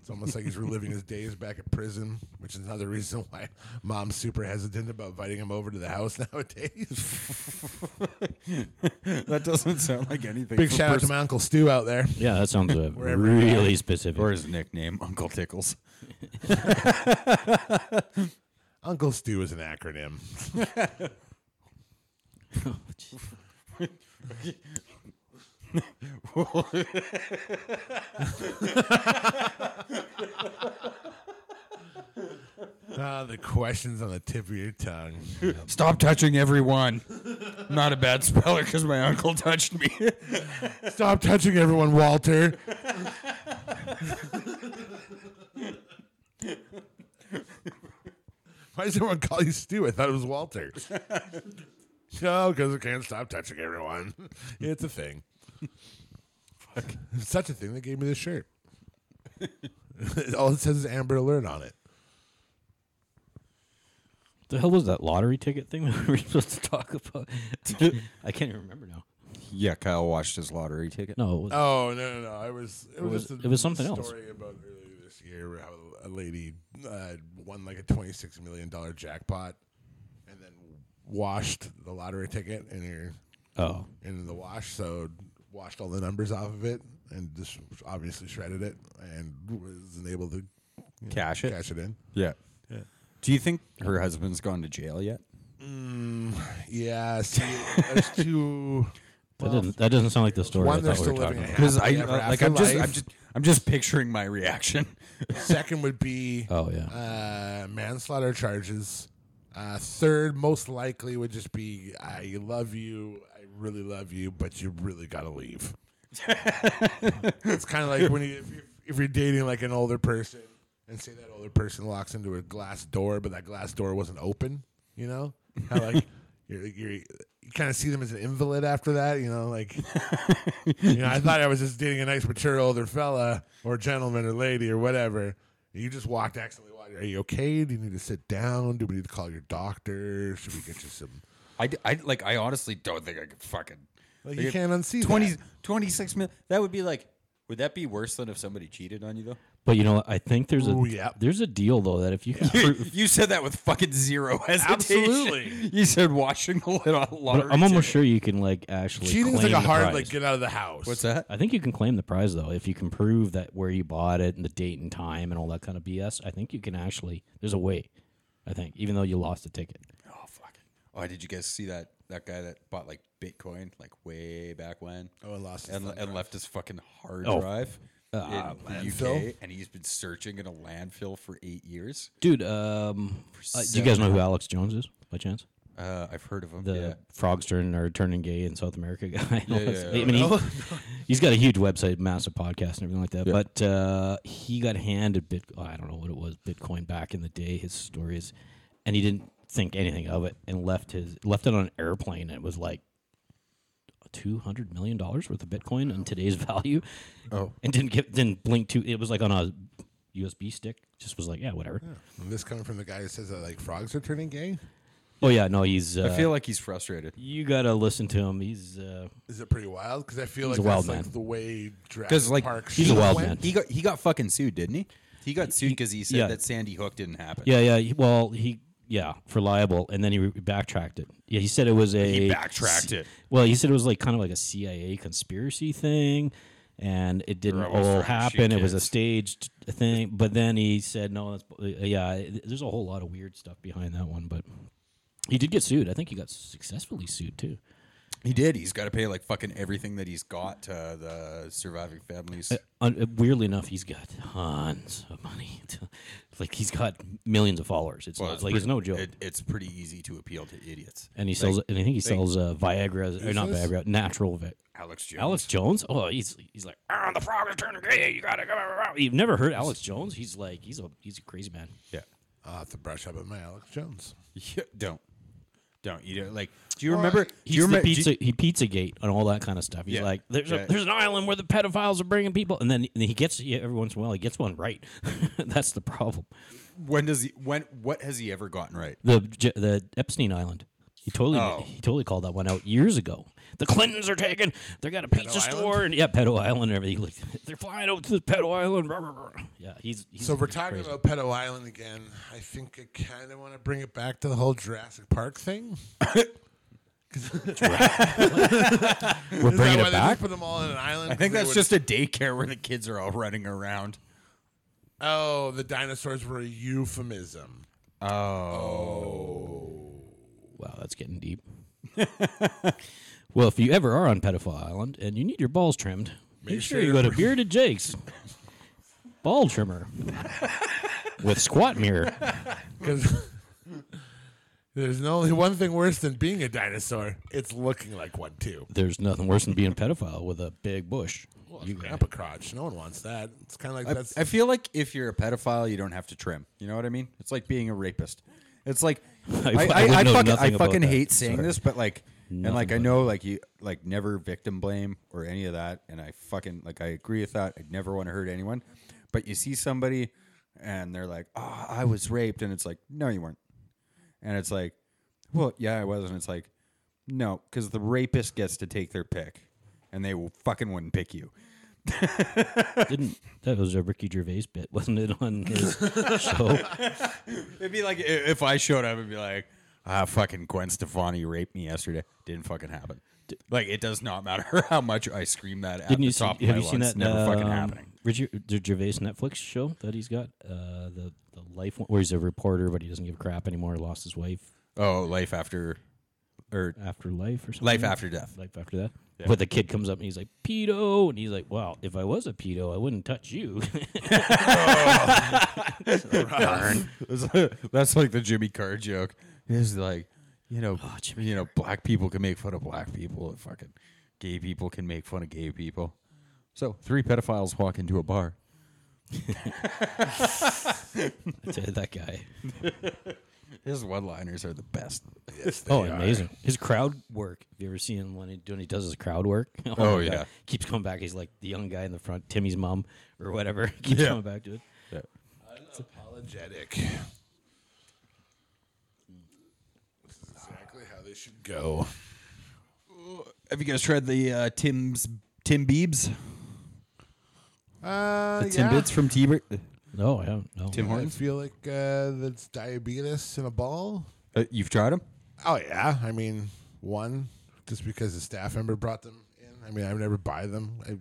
It's almost like he's reliving his days back at prison, which is another reason why mom's super hesitant about inviting him over to the house nowadays.
That doesn't sound like anything.
Big
for
shout out to
person-
my uncle Stu out there.
Yeah, that sounds uh,
Wherever you
really specific.
or his nickname, Uncle Tickles.
Uncle Stu is an acronym. Ah, the questions on the tip of your tongue.
Stop touching everyone. Not a bad speller because my uncle touched me.
Stop touching everyone, Walter. Why does everyone call you Stu? I thought it was Walter. no, because I can't stop touching everyone. It's a thing. It's such a thing. They gave me this shirt. All it says is Amber Alert on it.
The hell was that lottery ticket thing that we were supposed to talk about? I can't even remember now.
Yeah, Kyle watched his lottery ticket.
No, it was,
Oh no, no, no! It was it was,
was-
just a
it was something
story
else.
about earlier this year where how a lady uh, won like a twenty six million dollar jackpot, and then washed the lottery ticket in her
oh,
into the wash, so washed all the numbers off of it, and just obviously shredded it, and was unable to
Cash it.
cash it in.
Yeah. yeah. Do you think her husband's gone to jail yet?
Yeah, see, there's two.
that doesn't that doesn't sound like the story I
One, they're
thought we
still
were talking
living a
about.
Because I uh,
happily ever
like
after
I'm just I'm
life.
just I'm just picturing my reaction.
Second would be
Oh yeah,
uh, manslaughter charges. Uh, third, most likely, would just be I love you, I really love you, but you really gotta leave. it's kind of like when you if, you if you're dating like an older person, and say that older person locks into a glass door, but that glass door wasn't open. You know, how like you're, you're you kind of see them as an invalid after that. You know, like you know, I thought I was just dating a nice, mature older fella or gentleman or lady or whatever. You just walked accidentally. walked- Are you okay? Do you need to sit down? Do we need to call your doctor? Should we get you some?
I, d- I- like I honestly don't think I could fucking
Like you can't unsee
20,
that.
26 mil. That would be like. Would that be worse than if somebody cheated on you though?
but you know what? I think there's a
Ooh, yeah.
there's a deal though that if you can prove,
you said that with fucking zero hesitation.
Absolutely.
You said washing the lid on
but
lottery.
I'm almost
ticket.
sure you can like actually
Cheating's like
claim
a
the
hard
prize.
like get out of the house.
What's that?
I think you can claim the prize though if you can prove that where you bought it and the date and time and all that kind of BS. I think you can actually. There's a way. I think even though you lost the ticket.
Oh fuck! Oh, did you guys see that that guy that bought like Bitcoin like way back when?
Oh, and lost his
and,
thumb
and left his fucking hard
Oh. Uh,
drive in the
landfill?
UK, and he's been searching in a landfill for eight years.
Dude, um, uh, do you guys know who Alex Jones is by chance?
Uh, I've heard of him.
The
yeah.
frogs turn or turning gay in South America guy.
yeah, Oh, yeah.
I mean, he, he's got a huge website, massive podcast, and everything like that. But uh, he got handed bit. oh, I don't know what it was, Bitcoin back in the day. His story is, and he didn't think anything of it and left his left it on an airplane. And it was like two hundred million dollars worth of Bitcoin in today's value. Oh, and didn't get didn't blink to. It was like on a USB stick. Just was like, yeah, whatever.
And this coming from the guy who says that like frogs are turning gay?
Oh yeah, no, he's. Uh,
I feel like he's frustrated
You gotta listen to him. He's uh,
Is it pretty wild? Because I feel
He's
like
a wild
that's like
man.
the way Jurassic
because like
Park.
he's a
should
wild
went.
man.
He got he got fucking sued, didn't he? He got sued because he said
yeah.
that Sandy Hook didn't happen.
yeah, yeah. he- Well, he yeah for libel, and then he re- backtracked it. Yeah, he said it was a
He backtracked it.
Well, he said it was like kind of like a CIA conspiracy thing, and it didn't
always
all
trying to
happen.
shoot
It was a
kids.
staged thing. But then he said no. That's bu- uh, yeah. it- There's a whole lot of weird stuff behind that one, but he did get sued. I think he got successfully sued too.
He did. He's got to pay like fucking everything that he's got to the surviving families.
un- uh, weirdly enough, he's got tons of money. like he's got millions of followers. It's, not,
it's
like it's
pretty-
no joke.
it- it's pretty easy to appeal to idiots.
and he sells. and I think he sells uh, Viagra, or not Viagra, natural Vic.
Alex Jones.
Alex Jones. Oh, he's he's like ah, the frog is turning gay. You gotta go. You've never heard Alex Jones? He's like he's a he's a crazy man.
Yeah.
I'll have to brush up on my Alex Jones.
yeah. Don't. Don't. You don't like. Do you remember? Do
He's
you
the
remember?
pizza, he pizza gate and all that kind of stuff. He's
Yeah.
like, there's
Yeah.
a, there's an island where the pedophiles are bringing people, and then and he gets yeah, every once in a while he gets one right. That's the problem.
when does he? When? What has he ever gotten right?
The J- the Epstein Island. He totally
Oh.
he totally called that one out years ago. The Clintons are taking. They got a pizza
Island?
store and yeah, Pedo Island and everything. Like, they're flying out to the Pedo Island. Rah, rah, rah. Yeah, he's, he's
So if we're
he's
talking
crazy.
about Pedo Island again. I think I kind of want to bring it back to the whole Jurassic Park thing.
We're
Is that
bringing
why they
it
just
back.
put them all in an island?
I think
'Cause they
that's
would-
just a daycare where the kids are all running around.
Oh, the dinosaurs were a euphemism.
Oh. Wow, that's getting deep. well, if you ever are on Pedophile Island and you need your balls trimmed, make, sure,
sure
you go to Bearded Jake's ball trimmer with squat mirror.
Because there's only one thing worse than being a dinosaur. It's looking like one too.
There's nothing worse than being a pedophile with a big bush.
that's grandpa crotch. No one wants that. It's kind of like that's
I, I feel like if you're a pedophile, you don't have to trim. You know what I mean? It's like being a rapist. It's like I,
I
I,
would
I
know
fucking,
nothing
I
about
fucking
that.
hate saying
Sorry.
this, but like, and
Nothing
like I
but
know, like you, like never victim blame or any of that, and I fucking like I agree with that. I'd never want to hurt anyone, but you see somebody and they're like, "Oh, I was raped," and it's like, "No, you weren't," and it's like, "Well, yeah, I was," and it's like, "No," because the rapist gets to take their pick, and they will fucking wouldn't pick you.
Didn't that was a Ricky Gervais bit, wasn't it? On his show,
It'd be like i- if I showed up and be like, ah, fucking Gwen Stefani raped me yesterday. Didn't fucking happen. Like it does not matter how much I scream that at
didn't
the
you see,
top
have
of my
you seen
lungs.
that?
Never fucking
um,
happening.
Richard the Gervais Netflix show that he's got, uh, the the life one, where he's a reporter, but he doesn't give a crap anymore. Lost his wife
Oh, life after, or
after life or something.
life after death.
Life after that. But the kid comes up and he's like pedo, and he's like, "Wow, if I was a pedo, I wouldn't touch you."
Darn. That's like the Jimmy Carr joke. It's like, you know,
Oh,
you know, black people can make fun of black people. And fucking gay people can make fun of gay people. So three pedophiles walk into a bar.
I tell you, that guy.
His one-liners are the best.
Oh, amazing! His crowd work. Have you ever seen him when he, when he does his crowd work? Oh, my
Oh,
God.
yeah.
keeps coming back. He's like the young guy in the front, Timmy's mom or whatever. keeps
Yeah.
coming back to it.
apologetic. That's exactly how they should go.
Have you guys tried the uh, Tim's Tim Biebs?
Uh,
The Tim
yeah.
Biebs from T-Bird?
No, I haven't. No.
Tim
I
Hortons?
feel like uh, that's diabetes in a ball.
Uh, you've tried them?
Oh yeah, I mean one just because the staff member brought them in. I mean I would never buy them. I,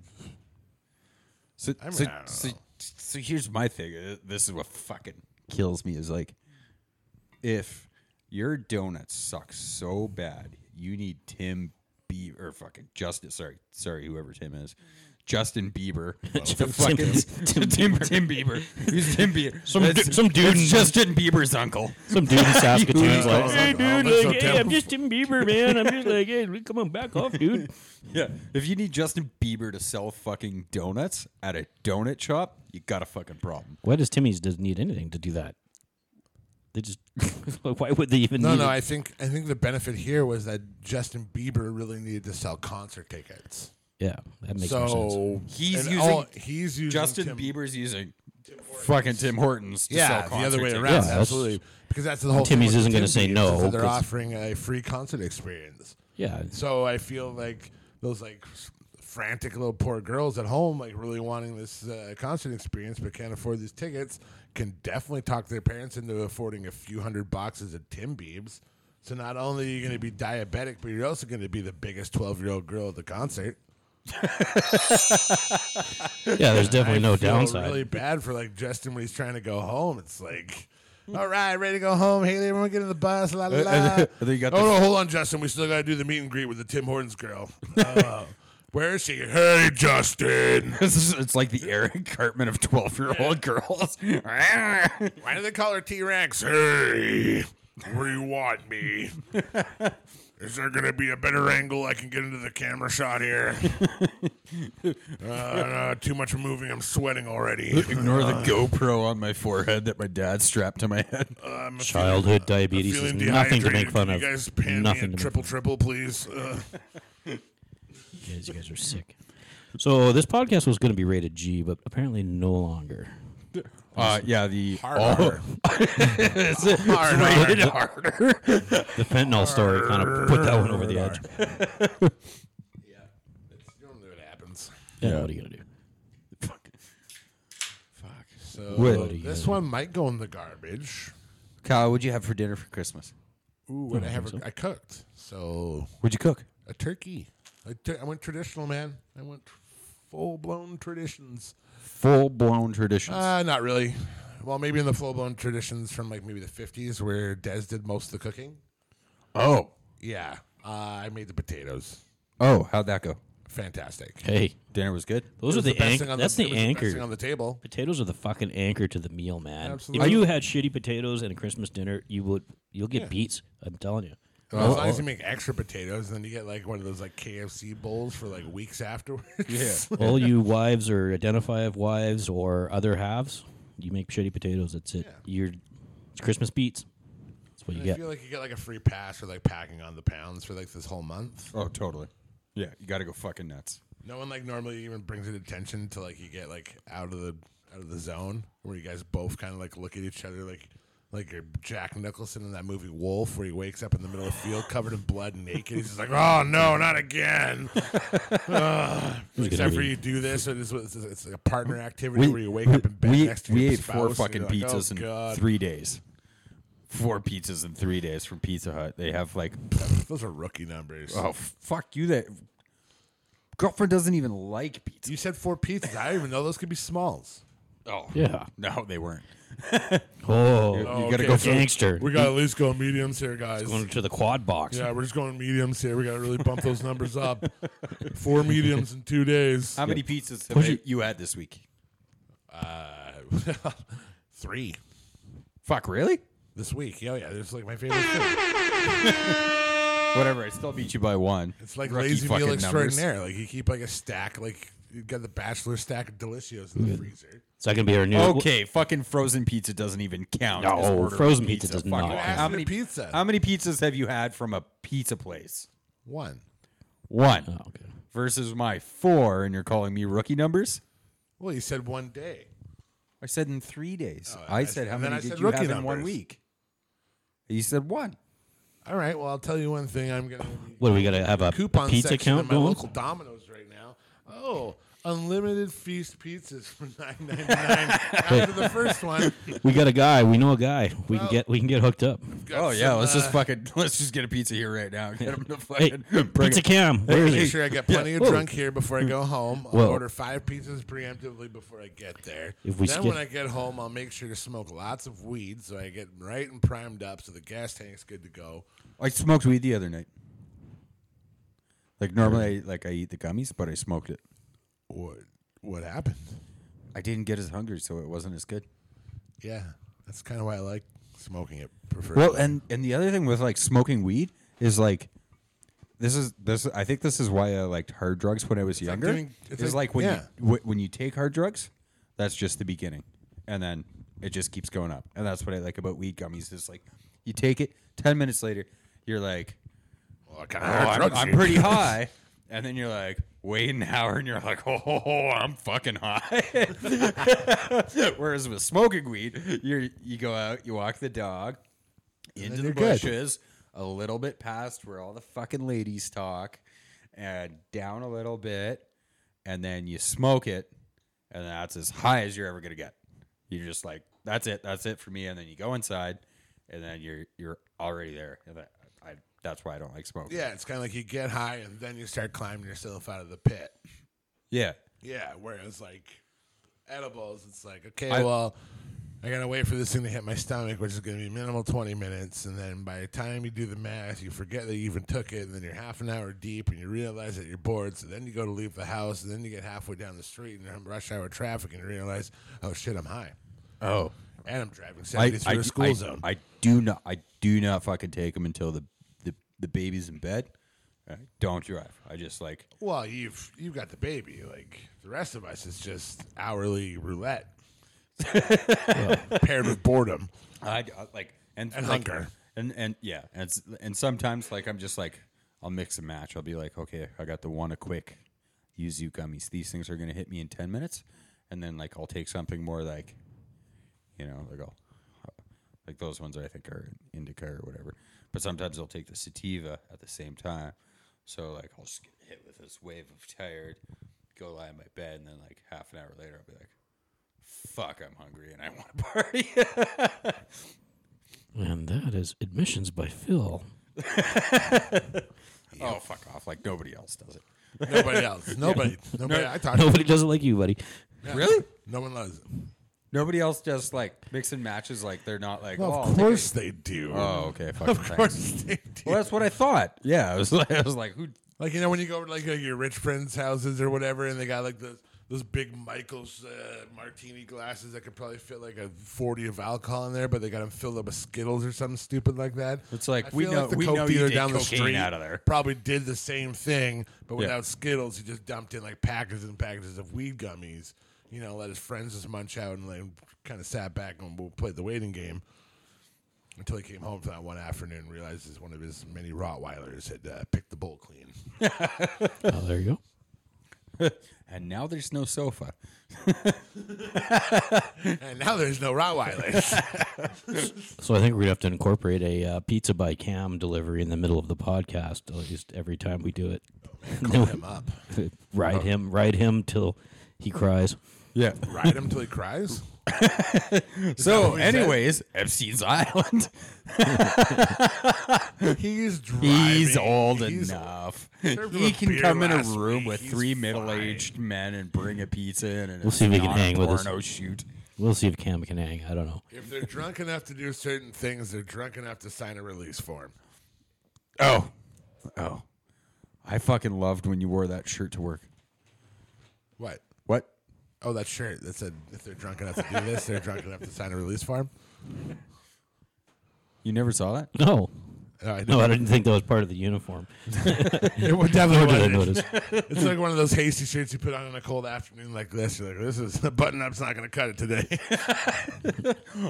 So,
I mean,
so,
I don't
so,
know.
so here's my thing. Uh, This is what fucking kills me is like, if your donuts suck so bad, you need Tim Bieber, or fucking Justin, sorry, sorry, whoever Tim is, Justin Bieber. to
Tim-
fucking, Tim,
Tim-
Tim, Tim Bieber. Who's Tim Bieber?
Some
That's-
du- some dude
that's
in-
Justin Bieber's uncle.
Some dude in
like,
Saskatoon's like,
calls
"Hey,
up,
dude,
"Oh,
like,
what's up,
hey, I'm
Tim?"
just Tim Bieber, man. I'm just like, hey, come on, back off, dude."
Yeah. If you need Justin Bieber to sell fucking donuts at a donut shop, you got a fucking problem.
Why does Timmy's doesn't need anything to do that? They just why would they even?
no,
need
no,
it?
I think I think the benefit here was that Justin Bieber really needed to sell concert tickets.
yeah, that makes more sense.
so
He's
and
using
he's using
Justin
Tim-
Bieber's using fucking Tim Hortons to
Yeah,
sell
the other way
concert
around.
Yeah, that's-
absolutely, because that's the whole. thing
Timmy's
with
isn't
Tim
gonna say
Biebs,
no,
is that They're
'cause-
offering a free concert experience.
Yeah,
So I feel like those like frantic little poor girls at home, like really wanting this uh, concert experience but can't afford these tickets, can definitely talk their parents into affording a few hundred boxes of Tim Biebs. So not only are you going to be diabetic, but you're also going to be the biggest twelve year old girl at the concert.
yeah. There's definitely no
feel
downside.
Really bad for like Justin when he's trying to go home. It's like. All right, ready to go home. Haley, everyone get in the bus. La
Uh,
la la.
and then you got
oh
the-
no, hold on, Justin. We still got to do the meet and greet with the Tim Hortons girl. Oh, where is she? Hey, Justin.
It's, just- it's like the Eric Cartman of 12 year old girls.
Why do they call her T Rex? Hey, where you want me? Is there gonna be a better angle I can get into the camera shot here? uh, no, too much moving. I'm sweating already.
Ignore the GoPro on my forehead that my dad strapped to my head.
I'm
Childhood diabetes is
feeling
nothing to
dehydrated.
make fun
Can
of.
You guys pan me
nothing to
a
make
triple triple, please. Uh,
Guys, you guys are sick. So this podcast was going to be rated G, but apparently no longer.
Uh, yeah, the
Harder.
it's, it's rated harder.
The fentanyl story kind of put that one over the edge.
normally what happens.
Yeah, what are you going to do?
So
What?
this one might go in the garbage.
Kyle, what'd you have for dinner for Christmas?
Ooh, what I have? I cooked. So
What'd you cook?
a turkey. I tur- I went traditional, man. I went full blown traditions.
Full blown traditions.
Uh, not really. Well, maybe in the full blown traditions from like maybe the 50s where Des did most of the cooking.
oh.
Yeah. Uh, I made the potatoes.
Oh, how'd that go?
Fantastic.
Hey,
Dinner was good.
those are
It was
the,
best
anchor.
thing on
That's
it
the
was best
anchor.
thing on the table.
potatoes are the fucking anchor to the meal, man.
Absolutely.
If you had shitty potatoes and a Christmas dinner, you would you'll get beats. I'm telling you.
Well, as long as you make extra potatoes, then you get like one of those like KFC bowls for like weeks afterwards.
Yeah.
All you wives or identify of wives or other halves, you make shitty potatoes. That's it. You're it's Christmas beats. That's what you
I
get.
feel like you get like a free pass for like packing on the pounds for like this whole month.
Oh, totally. Yeah, you got to go fucking nuts.
No one like normally even brings it attention until like you get like out of the out of the zone where you guys both kind of like look at each other like like you're Jack Nicholson in that movie Wolf where he wakes up in the middle of the field covered in blood and naked. He's just like, oh no, not again. Ugh. Except for
read?
you do this, or this was it's like a partner activity where you wake up in bed
we-
next to
we
your
ate four
spouse and
fucking
you're like,
pizzas
oh,
in
God.
three days. Four pizzas in three days from Pizza Hut. They have like,
Those are rookie numbers.
oh f- fuck you. That girlfriend doesn't even like pizza.
You said four pizzas. I didn't even know those could be smalls.
Oh
Yeah.
no, they weren't.
Oh,
you gotta
okay,
go
so
gangster.
We got to at least go mediums here, guys.
going to the quad box.
Yeah, we're just going mediums here. We got to really bump those numbers up. Four mediums in two days.
How many pizzas have
Push
I-
it.
you had this week?
Uh, three
Fuck, really?
this week. Yeah, yeah. It's like my favorite thing.
Whatever. I still beat you by one.
It's like
Rookie
lazy
fucking
meal
numbers.
extraordinaire. Like you keep like a stack. Like you got the bachelor stack of delicios in the freezer.
It's not gonna be our new.
Okay, fucking frozen pizza doesn't even count.
No,
as ordering
frozen pizza does
Fuck
not
it.
count.
How many
Pizza.
How many pizzas have you had from a pizza place?
One.
One
Oh, okay.
versus my four, and you're calling me rookie numbers.
Well, you said one day.
I said in three days.
Oh,
I
I
said
see.
how
And then
many
I
did
said
you have
rookie
in one
numbers.
week? You said one.
All right. Well, I'll tell you one thing. I'm gonna
What do we gotta have a,
coupon
a pizza
section at
count
my
going?
local Domino's right now. Oh, unlimited feast pizzas for nine ninety nine after the first one.
We got a guy. We know a guy. We
Well-
can get. We can get hooked up.
Got
Oh yeah,
some,
let's just
uh,
fucking let's just get a pizza here right now. Get 'em to
Hey,
fucking bring
pizza
it.
cam. Where
Make
is
sure
it?
I get plenty of
Whoa.
drunk here before I go home. I'll
Whoa.
order five pizzas preemptively before I get there.
If we
then
skip-
when I get home, I'll make sure to smoke lots of weed so I get right and primed up so the gas tank's good to go.
I smoked weed the other night. Like normally, I, like I eat the gummies, but I smoked it.
What what happened?
I didn't get as hungry, so it wasn't as good.
Yeah, that's kind of why I like smoking it.
Well,
preferably.
and and the other thing with like smoking weed is like this is this I think this is why I liked hard drugs when I was younger.
doing-
it's
it's
is
like-
like, when
yeah.
you wh- when you take hard drugs, that's just the beginning, and then it just keeps going up. And that's what I like about weed gummies. Is like you take it, ten minutes later, you're like,
Well, I kinda
oh,
had
I'm,
drugs
I'm
here.
pretty high. And then you're like, wait an hour, and you're like, oh, ho, ho, I'm fucking high. Whereas with smoking weed, you you go out, you walk the dog into the
you're good.
bushes, a little bit past where all the fucking ladies talk, and down a little bit, and then you smoke it, and that's as high as you're ever gonna get. You're just like, that's it, that's it for me. And then you go inside, and then you're you're already there. And that, I, that's why I don't like smoking.
Yeah, it's kind of like you get high and then you start climbing yourself out of the pit.
yeah.
Yeah, whereas like edibles, it's like okay,
I-
well, I gotta wait for this thing to hit my stomach, which is gonna be minimal twenty minutes, and then by the time you do the math, you forget that you even took it, and then you're half an hour deep, and you realize that you're bored, so then you go to leave the house, and then you get halfway down the street, and you're rush hour traffic, and you realize, oh shit, I'm high,
Oh,
and I'm driving
I,
seventy
I,
through a school
I,
zone.
I do not. I do not fucking take them until the the, the baby's in bed. I don't drive. I just like
well, you've you've got the baby, like the rest of us is just hourly roulette. paired with boredom.
I d- I like and,
And
like,
hunger.
and and yeah and it's, and sometimes like I'm just like I'll mix and match. I'll be like, okay, I got the one a quick yuzu gummies. These things are gonna hit me in ten minutes, and then like I'll take something more like, you know, like I'll like those ones I think are indica or whatever. But sometimes I'll take the sativa at the same time. So like I'll just get hit with this wave of tired, go lie in my bed, and then like half an hour later I'll be like, fuck, I'm hungry and I want to party.
And that is admissions by Phil.
Oh, fuck off. Like nobody else does it.
Nobody else. Nobody. Nobody. I talked.
Nobody does it like you, buddy.
Really?
No one loves it.
Nobody else just like mix and matches. Like they're not like, oh, I'll
of
take
course they do.
a- oh, okay. Fucking
of course they do.
Well, that's what I thought. Yeah. I was like, I was like who?
Like you know when you go over to like, uh, your rich friends' houses or whatever, and they got like the those big Michaels uh, martini glasses that could probably fit like a forty of alcohol in there, but they got them filled up with Skittles or something stupid like that.
It's like,
I
we
feel
know-
the
we
coke
know you
dealer
did
down the
cocaine
street
out of there.
probably did the same thing, but
Yeah.
without Skittles, he just dumped in like packages and packages of weed gummies. You know, let his friends just munch out and then kind of sat back and we'll play the waiting game until he came home for that one afternoon and realized it's one of his many Rottweilers had uh, picked the bowl clean.
Oh, there you go.
And now there's no sofa.
and now there's no Rottweilers.
So I think we're gonna have to incorporate a uh, pizza by cam delivery in the middle of the podcast, at least every time we do it.
him up. Oh.
ride him, ride him till he cries.
Yeah.
Ride him till he cries.
So, anyways, Epstein's Island.
He's driving.
He's old
He's
enough.
Served him
He
a
can
beer
come in a
last
room
week.
with
He's
three
fine.
middle-aged men and bring a pizza in. And
We'll see if he can hang with us.
No shoot.
We'll see if Cam can hang. I don't know.
If they're drunk enough to do certain things, they're drunk enough to sign a release form.
Oh, oh! I fucking loved when you wore that shirt to work.
What?
What?
Oh, that shirt that said if they're drunk enough to do this, they're drunk enough to sign a release form.
You never saw that?
No,
Oh, I
no,
know.
I didn't think that was part of the uniform.
it would
Nor
definitely
did I
wasn't.
notice.
It's like one of those hasty shirts you put on on a cold afternoon like this. You're like, this is the button up's not going to cut it today.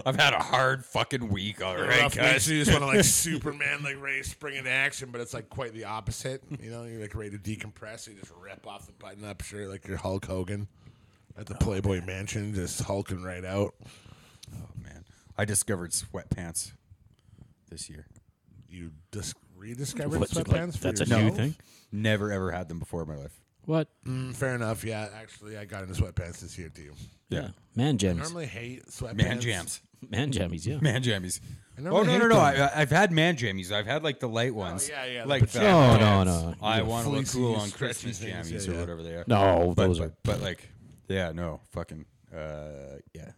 I've had a hard fucking week already,
Rough night,
guys.
so you just want to like Superman, like ready to spring into action, but it's like quite the opposite. You know, you're like ready to decompress. So you just rip off the button up shirt like you're Hulk Hogan at the
Oh,
Playboy Mansion, just hulking right out.
Oh man, I discovered sweatpants this year.
You just rediscovered
What's it
sweatpants
like?
for
That's a
yourself?
new thing.
Never ever had them before in my life.
What?
Mm, fair enough. Yeah, actually, I got into sweatpants this year too.
Yeah, man jammies.
Normally hate sweatpants.
Man jams.
Man jammies. Yeah.
Man jammies.
normally
Oh no
hate
no no!
them. Oh,
I, I've had man jammies. I've had like the light ones.
yeah, yeah, the
Like
pajama
the-
No, no, no,
I want to look
fleecy,
cool on
stretchy
Christmas
things,
jammies
yeah,
or
yeah.
whatever they are.
no.
but,
Those
but,
are.
but like, yeah, no, fucking, uh, yeah.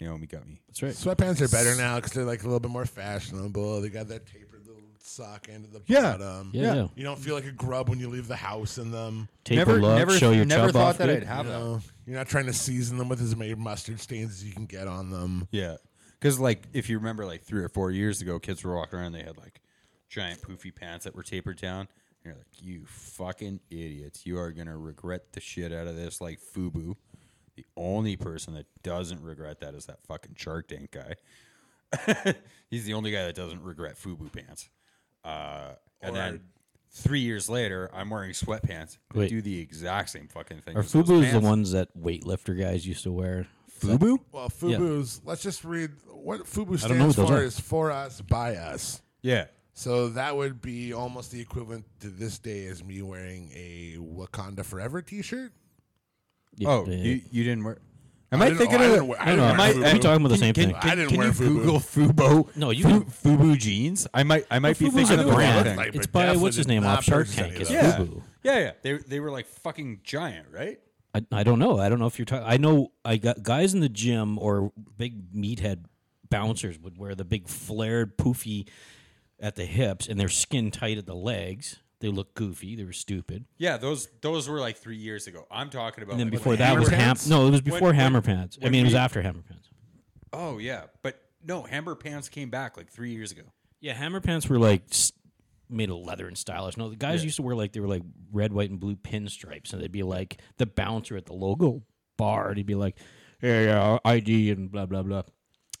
Naomi got me.
That's right.
Sweatpants are better now because they're like a little bit more fashionable. They got that tapered little sock end at the
Yeah.
bottom.
Yeah. yeah.
You don't feel like a grub when you leave the house in them.
Take a look. show your
never
chub
thought
off.
that
dude.
I'd have
You
that.
know, you're not trying to season them with as many mustard stains as you can get on them.
Yeah, because like if you remember, like three or four years ago, kids were walking around. They had like giant poofy pants that were tapered down. And you're like, you fucking idiots! You are gonna regret the shit out of this, like FUBU. The only person that doesn't regret that is that fucking Shark Tank guy. He's the only guy that doesn't regret FUBU pants. Uh, and
Or-
then three years later, I'm wearing sweatpants. that
Wait.
do the exact same fucking thing.
Are
as those
Fubu's the
pants.
ones that weightlifter guys used to wear?
FUBU?
Well, Fubu's, let's just read what Fubu
don't know
stands
what those
for
are.
is for us, by us.
Yeah.
So that would be almost the equivalent to this day as me wearing a Wakanda Forever t shirt.
Yeah,
Oh,
yeah.
you, you didn't wear. Am I
didn't-
thinking
I
of?
didn't
the-
wear- I
am
didn't
wear
I-
Fubu. We're talking about the same
can-
thing.
Can,
I didn't
can
wear
you
Fubu.
Google Fubo.
No, you
Fu-
can-
Fubu jeans. I might. I might be
Fubu's
thinking
a
of the wrong
brand.
thing.
Like,
it's
but
by
definitely
what's his
did
name
not
off Shark
purchase any
Tank.
of
It's
those.
Yeah.
Fubu.
yeah, yeah. They they were like fucking giant, right?
I, I don't know. I don't know if you're talking. I know I got guys in the gym or big meathead bouncers would wear the big flared poofy at the hips and they're skin tight at the legs. They look goofy. They were stupid.
Yeah, those those were like three years ago. I'm talking about.
And then
Oh, like,
before
when
that
we
was
were-
ham. No, it was before
when-
hammer pants. I
when
mean, it was
we-
after hammer pants.
Oh yeah, but no, hammer pants came back like three years ago.
Yeah, hammer pants were like s- made of leather and stylish. No, the guys used to wear like they were like red, white, and blue pinstripes, and they'd be like the bouncer at the logo bar. and He'd be like, "Yeah, yeah, ID and blah blah blah."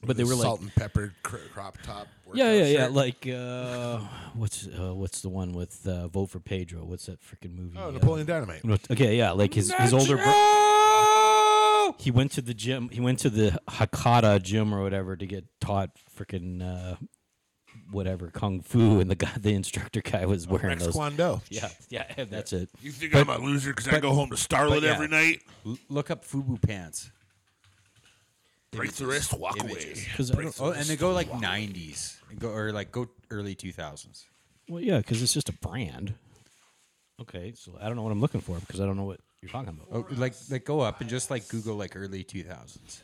But they were like
salt and pepper cr- crop top.
Yeah,
workout
yeah, yeah.
shirt.
Like uh, what's uh, what's the one with uh, vote for Pedro? What's that freaking movie?
Oh,
uh,
Napoleon Dynamite.
what- okay, yeah. Like his his older bro-
Oh!
he went to the gym. He went to the Hakata gym or whatever to get taught freaking uh, whatever kung fu, and the guy, the instructor guy,
Oh,
was wearing those.
Taekwondo.
Yeah, yeah. That's it.
You think I'm a loser because I go home to Starlet
but yeah.
every night?
L- Look up Fubu pants.
Break the wrist, walk away.
Images.
'Cause I don't-
Oh, and they go like '90s, and go or like go early 2000s.
well, yeah, because it's just a brand. Okay, so I don't know what I'm looking for because I don't know what you're talking about.
Oh, like like go up and just like Google like early 2000s.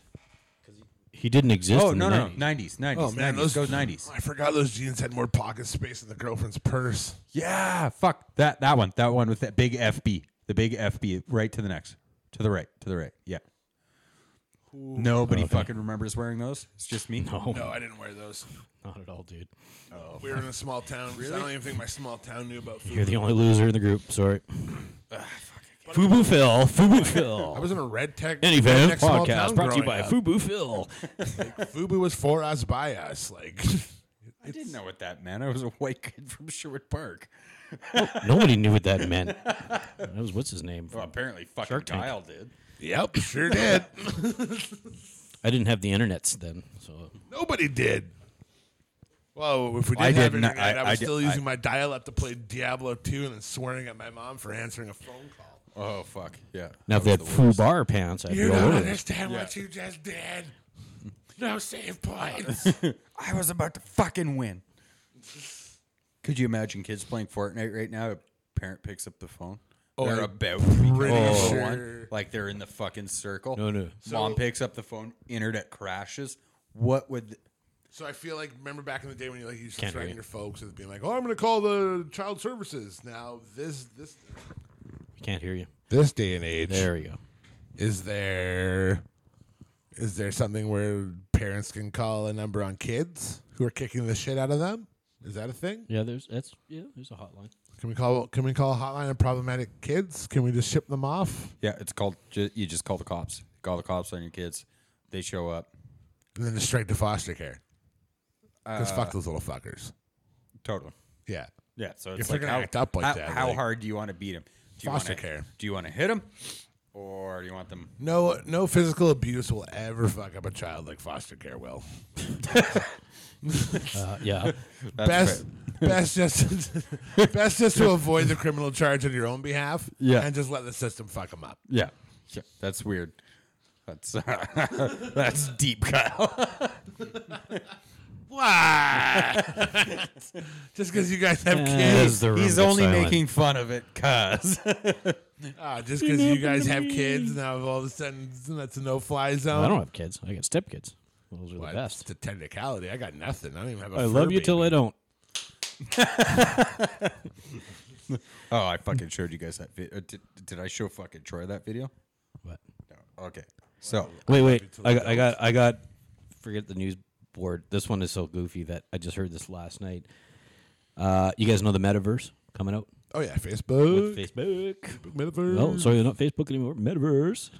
He didn't exist.
Oh
in
no
the
no
90s.
90s 90s
Oh man,
90s
those
go 90s.
I forgot those jeans had more pocket space than the girlfriend's purse.
Yeah, fuck that that one that one with that big FB the big FB right to the next. To the right. To the right. Yeah. Nobody fucking remembers wearing those. It's just me.
No,
No, I didn't wear those.
not at all, dude.
We were in a small town. I don't even think my small town knew about food.
You're the only loser in the group. Sorry. Fubu Phil. Fubu Phil.
I was in a red tech
Any Van
redneck small
podcast
town
brought to you by
growing up.
Fubu Phil.
Fubu was for us by us. Like
I didn't know what that meant. I was a white kid from Sherwood Park.
Nobody knew what that meant. That was what's his name.
Well, apparently, fucking
Shark Tank.
Kyle did.
Yep, sure did.
I didn't have the internets then, so
Nobody did. Well, if we did
I
have
didn't-
internet, I,
I-
was
I did-
still using
I-
my dial-up to play Diablo 2 and then swearing at my mom for answering a phone call.
Oh fuck. Yeah.
now if they had Fubar bar pants, I'd
You
go
don't
with it.
understand what you just did. No save points.
I was about to fucking win. Could you imagine kids playing Fortnite right now? A parent picks up the phone. they're about to be
pretty
killed.
sure.
One, Like they're in the fucking circle.
Oh. No, no.
Mom picks up the phone. Internet crashes. What would? th-
so I feel like remember back in the day when you like used to
Can't
threaten
read.
your folks with being like, "Oh, I'm going to call the child services." Now this this
We can't hear you.
this day and age
There we go.
is there is there something where parents can call a number on kids who are kicking the shit out of them? Is that a thing?
Yeah, there's that's yeah, there's a hotline.
Can we call can we call a hotline of problematic kids? Can we just ship them off
Yeah, it's called. Ju- you just call the cops. Call the cops on your kids. They show up.
and then just straight to foster care? Because fuck
Uh.
those little fuckers.
Totally.
Yeah.
Yeah. So
If
it's
they're
like
gonna
how,
act up like
how,
that,
how
like-
hard do you want to beat them? Do you
Foster
wanna,
care.
Do you want to hit them, or do you want them?
No, no physical abuse will ever fuck up a child like foster care will.
Uh, yeah,
That's
best, best just, best just to avoid the criminal charge on your own behalf.
Yeah.
and just let the system fuck them up.
Yeah. yeah. That's weird. That's that's deep, Kyle.
Why? just because you guys have
As
kids,
the room
He's
gets
only
silent.
making fun of it, cuz.
Ah, just because you guys have kids, now all of a sudden that's a no-fly zone.
I don't have kids. I got step kids. Those are
Well,
the
It's
best.
a technicality. I got nothing. I don't even have a
I
fur
love you till
baby.
I don't.
oh, I fucking showed you guys that video. Did, did I show fucking Troy that video?
What?
No. Okay. So,
Wait, wait. I got, I got, I got. Forget the news board. This one is so goofy that I just heard this last night. Uh, you guys know the metaverse coming out
Oh yeah, Facebook.
with Facebook.
Metaverse.
Oh, sorry, they're not Facebook anymore. Metaverse.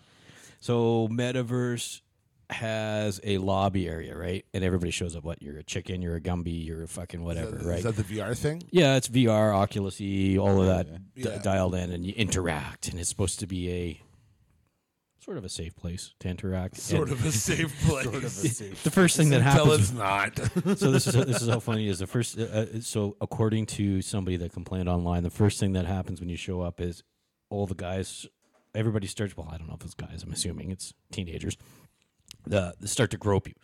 So Metaverse has a lobby area, right? And everybody shows up. What? You're a chicken. You're a Gumby. You're a fucking whatever,
Is
right?
that the VR thing?
yeah, it's VR, Oculus, E, all of that d-
Yeah.
dialed in, and you interact, and it's supposed to be a sort of a safe place to interact.
Sort
And
of a safe place.
The first thing that happens
Until it's not.
so this is this is how funny it is the first. Uh, uh, so according to somebody that complained online, the first thing that happens when you show up is all the guys, everybody starts. Well, I don't know if it's guys. I'm assuming it's teenagers. The they start to grope you,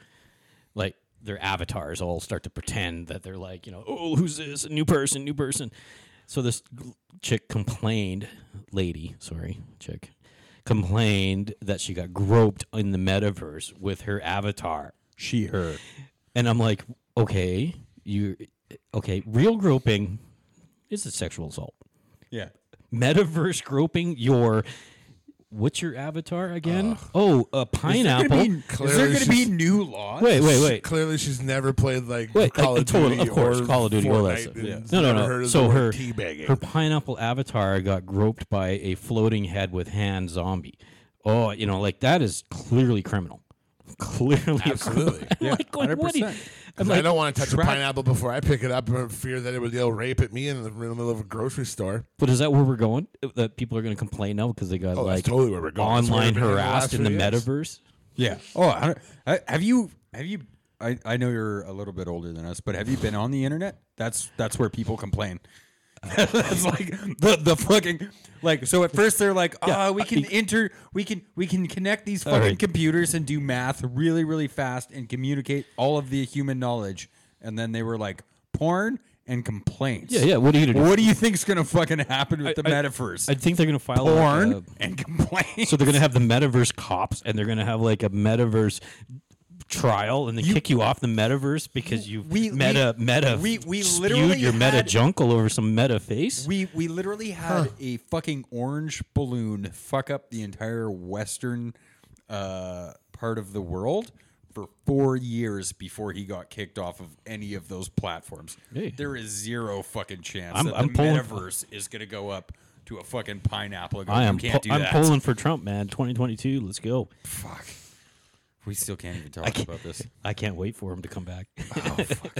like their avatars all start to pretend that they're like you know oh who's this new person new person. So this gl- chick complained, lady, sorry, chick, complained that she got groped in the metaverse with her avatar.
she, her.
And I'm like, okay, you, okay, real groping is a sexual assault.
Yeah.
Metaverse groping, your, what's your avatar again? oh, a pineapple.
Is there going to be new laws?
wait, wait, wait.
Clearly, she's never played like
Wait,
Call
I,
of
totally,
Duty
of course,
or
Call of Duty, all that
Fortnite
stuff.
and
No, no,
never
no.
heard of the
so
word
her
teabagging.
her pineapple avatar got groped by a floating head with hand zombie. Oh, you know, like that is clearly criminal. Clearly, a
Absolutely.
crime. I'm like, going, what do you-
100%.
I'm
'Cause I
like,
don't want to touch
track-
a pineapple before I pick it up or fear that it would yell rape at me in the middle of a grocery store.
But is that where we're going? Uh, That people are going to complain now because they got
Oh, that's
like
totally where we're going. That's where we've
online
been in the
harassed
last
in the
few years.
metaverse?
Yeah. Oh, I don't- I- have you have you I, I know you're a little bit older than us, but have you been on the internet? That's that's where people complain. that's like the the fucking like so at first they're like, "Ah, we can enter we can we can connect these fucking
Uh, e right.
computers and do math really really fast and communicate all of the human knowledge." And then they were like, "Porn and complaints."
Yeah, yeah. What are you going to do?
What do you think's going to fucking happen with the metaverse?
I think they're going to file like, uh,
Porn
a-
and complaints.
so they're going to have the metaverse cops, and they're going to have like a metaverse trial and then kick you off the metaverse because you
We-
meta
we-
meta
we- we
spewed
literally
your meta
had-
junkle over some meta face.
We we literally had a fucking orange balloon fuck up the entire western uh, part of the world for four years before he got kicked off of any of those platforms.
Hey.
There is zero fucking chance
I'm-
that
I'm
the
pulling-
metaverse is going to go up to a fucking pineapple. And go,
I am
You can't
pu-
do
I'm
that.
pulling for Trump, man. 2022, let's go.
Fuck. We still can't even talk
can't-
about this.
I can't wait for him to come back.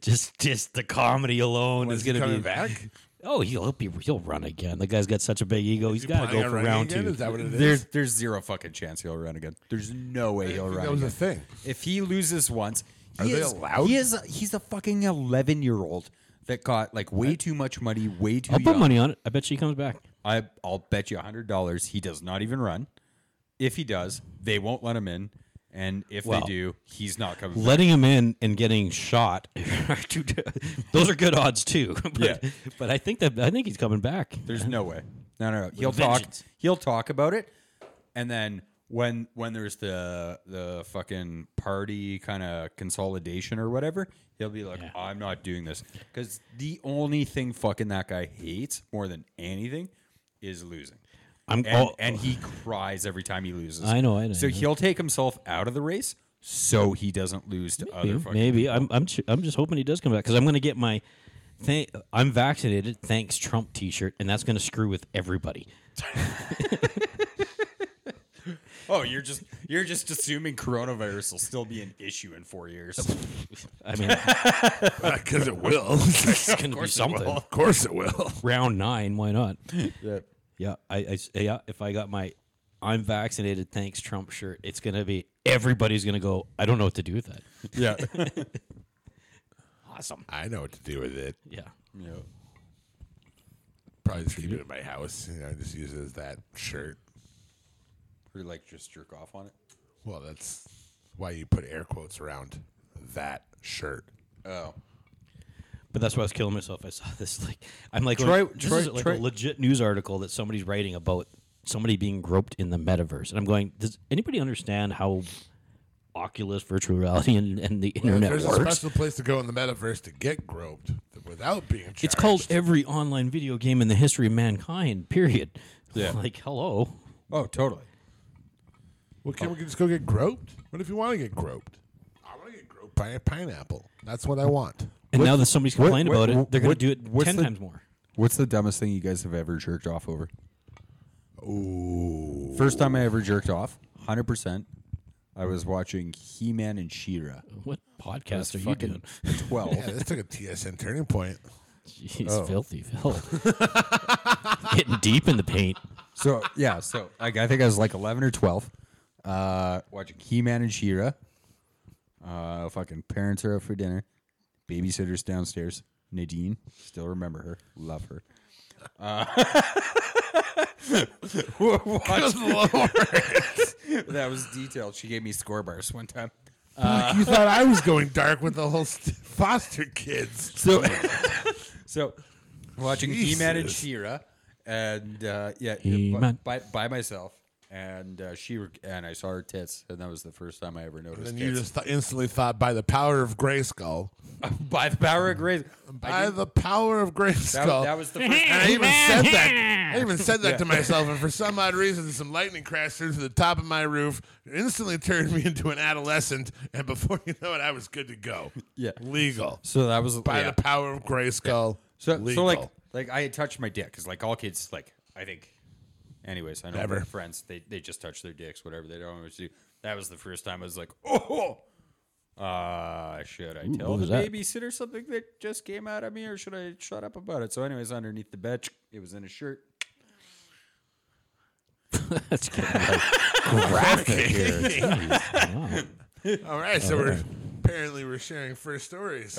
just just the comedy alone is
he
going to be
coming back?
Oh, he'll he'll be he'll run again. The guy's got such a big ego. He's got to
planning
go
on
for
running
round
again?
two.
Is that what it is?
There's there's zero fucking chance he'll run again. There's no way he'll run.
that was
again.
a thing.
If he loses once, he
Are they
is,
allowed?
He is. He's a fucking eleven year old that got like way too much money, way too.
I'll put
young.
money on it. I bet she comes back.
I I'll bet you hundred dollars he does not even run. If he does, they won't let him in, and if
Well,
they do, he's not coming. back.
Letting him in and getting shot are two. Those are good odds too. but,
Yeah.
but I think that I think he's coming back.
There's no way. No, no, no. He'll talk.
vengeance.
He'll talk about it, and then when when there's the the fucking party kind of consolidation or whatever, he'll be like, "I'm not doing this," because the only thing fucking that guy hates more than anything is losing.
I'm
And,
oh,
and he cries every time he loses.
I know, I know,
So
I know.
he'll take himself out of the race so he doesn't lose to other
maybe,
fucking.
maybe. I'm I'm ch- I'm just hoping he does come back because I'm going to get my. Th- I'm vaccinated. Thanks Trump T-shirt, and that's going to screw with everybody.
Oh, you're just you're just assuming coronavirus will still be an issue in four years.
I mean,
Because it will.
it's going to be something.
of course it will.
round nine. Why not? yeah. Yeah. I, I s- yeah. If I got my I'm vaccinated, thanks Trump shirt, it's gonna be everybody's gonna go. I don't know what to do with that.
Yeah.
Awesome.
I know what to do with it.
Yeah.
Probably just keep it in my house. You know, just use it as that shirt.
Or like just jerk off on it.
Well, that's why you put air quotes around that shirt.
Oh.
But that's why I was killing myself. I saw this like I'm like
Troy-
going, this
Troy-
is like
Troy-
a legit news article that somebody's writing about somebody being groped in the metaverse, and I'm going, does anybody understand how Oculus, virtual reality, and, and the internet
There's a
works?
special place to go in the metaverse to get groped without being charged.
It's called every online video game in the history of mankind. Period.
Yeah.
like hello.
Oh, totally.
Well, can we just go get groped? What if you want to get groped? I want to get groped by a pineapple. That's what I want.
And now that somebody's complained
what-
about it, they're going
what-
to do it
what's
ten
the-
times more.
What's the dumbest thing you guys have ever jerked off over? Ooh. First time I ever jerked off, 100%. I was watching He Man and She Ra.
What podcast are you
Fucking
doing?
12.
Yeah, this took a TSN turning point.
Jeez, filthy Phil. Getting deep in the paint.
So, yeah, so like, I think I was like 11 or 12, uh, watching He Man and She Ra. Uh, fucking parents are out for dinner. Babysitter's downstairs. Nadine, still remember her. Love her. Uh, watch- that was detailed. She gave me score bars one time.
Fuck, you thought I was going dark with the whole st- foster kids.
So, so watching He Man and
Oh Jesus.
Shira, and uh, yeah, by,
He-Man.
by, by myself, and uh, she and I saw her tits, and that was the first time I ever noticed.
And you
tits.
just th- instantly thought by the power of Grayskull.
by the power of grace. I
By
didn't-
the power of Grayskull.
that, was- that was the first.
and I even said that. I even said that to myself, and for some odd reason, some lightning crashed through to the top of my roof, instantly turned me into an adolescent, and before you know it, I was good to go.
Yeah.
legal
So that was
by
yeah.
the power of Grayskull.
So, so
legal.
like, like I had touched my dick because, like, all kids, like, I think, anyways, I know
Never.
my friends, they, they just touch their dicks, whatever they don't always do. That was the first time I was like, oh, uh, should I tell
what
the
was that?
babysitter something that just came out of me, or should I shut up about it? So, anyways, underneath the bed, it was in a shirt.
That's getting like graphic here. Jeez, wow.
all right, so we're apparently we're sharing first stories.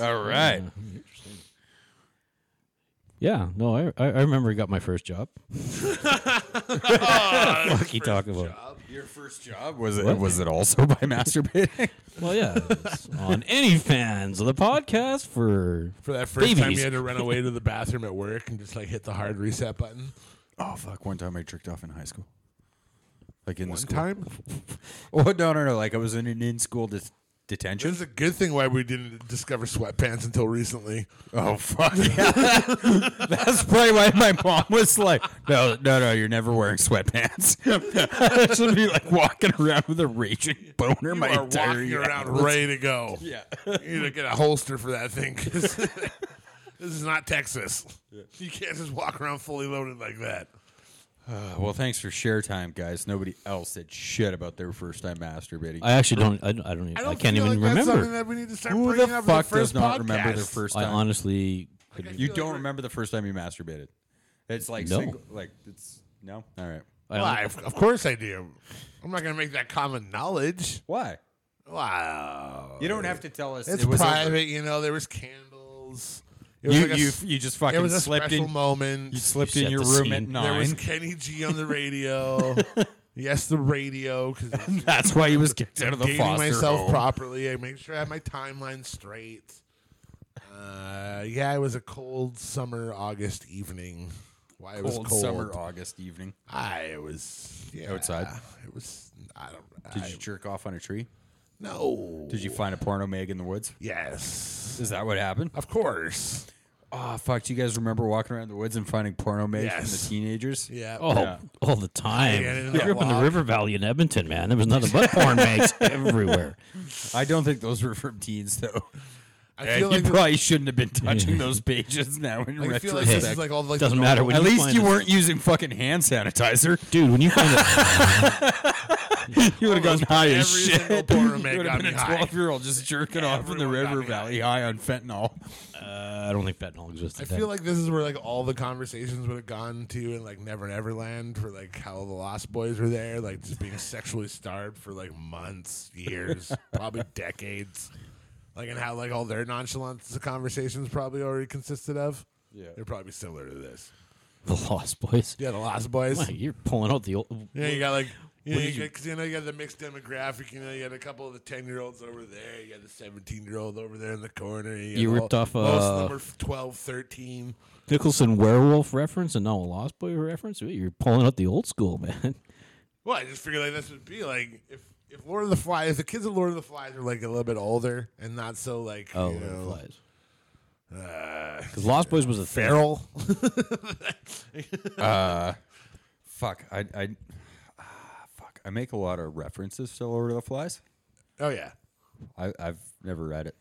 All right,
Yeah, no, I, I I remember I got my first job. Fuck you talking about?
your first job was it? Was it also by masturbating?
Well, yeah, it was on any fans of the podcast for
for that first time,
Babies.
you had to run away to the bathroom at work and just like hit the hard reset button.
oh fuck! One time I jerked off in high school. Like in the
One
school.
time?
Oh no, no, no! Like I was in an in-school dis- detention.
This is a good thing why we didn't discover sweatpants until recently.
Oh fuck! That's probably why my mom was like, "No, no, no! You're never wearing sweatpants." I should be like walking around with a raging boner my
You are
entire
walking
year.
around ready to go.
Yeah. Uh,
You need to get a holster for that thing. 'cause this is not Texas. You can't just walk around fully loaded like that.
Uh, well, thanks for share time, guys. Nobody else said shit about their first time masturbating.
I actually don't. I don't. I, don't, even- I can't
feel
even
like that's something
remember.
that we need to start
Who
bringing
the
up in
fuck does
first
not
podcast.
remember their first
I
time?
honestly couldn't.
you don't remember the first time you masturbated. It's like
No.
single, like it's no. All right.
I
Why,
don't
of, of course I do. I'm not going to make that common knowledge.
Why?
Wow.
You don't have to tell us.
It's
it was over.
private, you know. There was candles. It was
You,
like a
you,
s-
you just
it
fucking
was a
slept
special
in.
moment.
You slept
You
in
set
your
the
room
scene.
at
There was
nine.
Kenny G on the radio. yes, the radio. Because
That's why he was kicked out of the
dating
foster
myself
home.
properly. I made sure I had my timeline straight. Uh, yeah, it was a cold summer August evening. Why it was
cold,
cold?
summer August evening.
I was yeah,
Outside?
It was. I don't.
Did
I,
you jerk off on a tree?
no.
Did you find a porno mag in the woods?
Yes.
Is that what happened?
Of course.
Oh fuck! Do you guys remember walking around the woods and finding porno mags from
Yes.
the teenagers?
Yeah.
Oh,
Yeah.
all the time.
Yeah, in
I grew
the
up in the
lock.
River Valley in Edmonton, man. There was nothing but porn mags everywhere.
I don't think those were from teens though.
I feel
you
like
probably shouldn't have been touching those pages now in
I feel like
retrospect.
this is like all like
Doesn't
the
matter
normal-
when
At
you
least
find
you
a-
weren't using fucking hand sanitizer.
dude. When you find a,
You would have
Almost
gotten high
every
as shit.
single porno
you
mag
would
got
have been
me
a
high.
twelve-year-old just jerking off in the
Everyone got
River
me high.
Valley high on fentanyl.
uh, I don't think fentanyl existed.
I
then.
feel like this is where like all the conversations would have gone to in like Never Never Land for like how the Lost Boys were there, like just being sexually starved for like months, years, probably decades. Like and how like all their nonchalant conversations probably already consisted of. Yeah. They're probably similar to this.
the Lost Boys.
Yeah, the Lost Boys.
Wow, you're pulling out the old.
Yeah, you got like you know,
What
you,
did you-
got- 'cause, you know you got the mixed demographic. You know you had a couple of the ten year olds over there. You had the seventeen year old over there in the corner. You,
You
had
ripped
all-
off,
most of
uh,
them were 12, 13.
Nicholson werewolf reference and now a Lost Boy reference. Wait, You're pulling out the old school, man.
Well, I just figured like this would be like if if Lord of the Flies, if the kids of Lord of the Flies are like a little bit older and not so like
Oh,
you
Lord of the
know,
Flies.
uh,
Because Lost Boys was a thing.
feral.
Fuck, I, I, ah, fuck, I make a lot of references to Lord of the Flies.
Oh yeah.
I, I've never read it.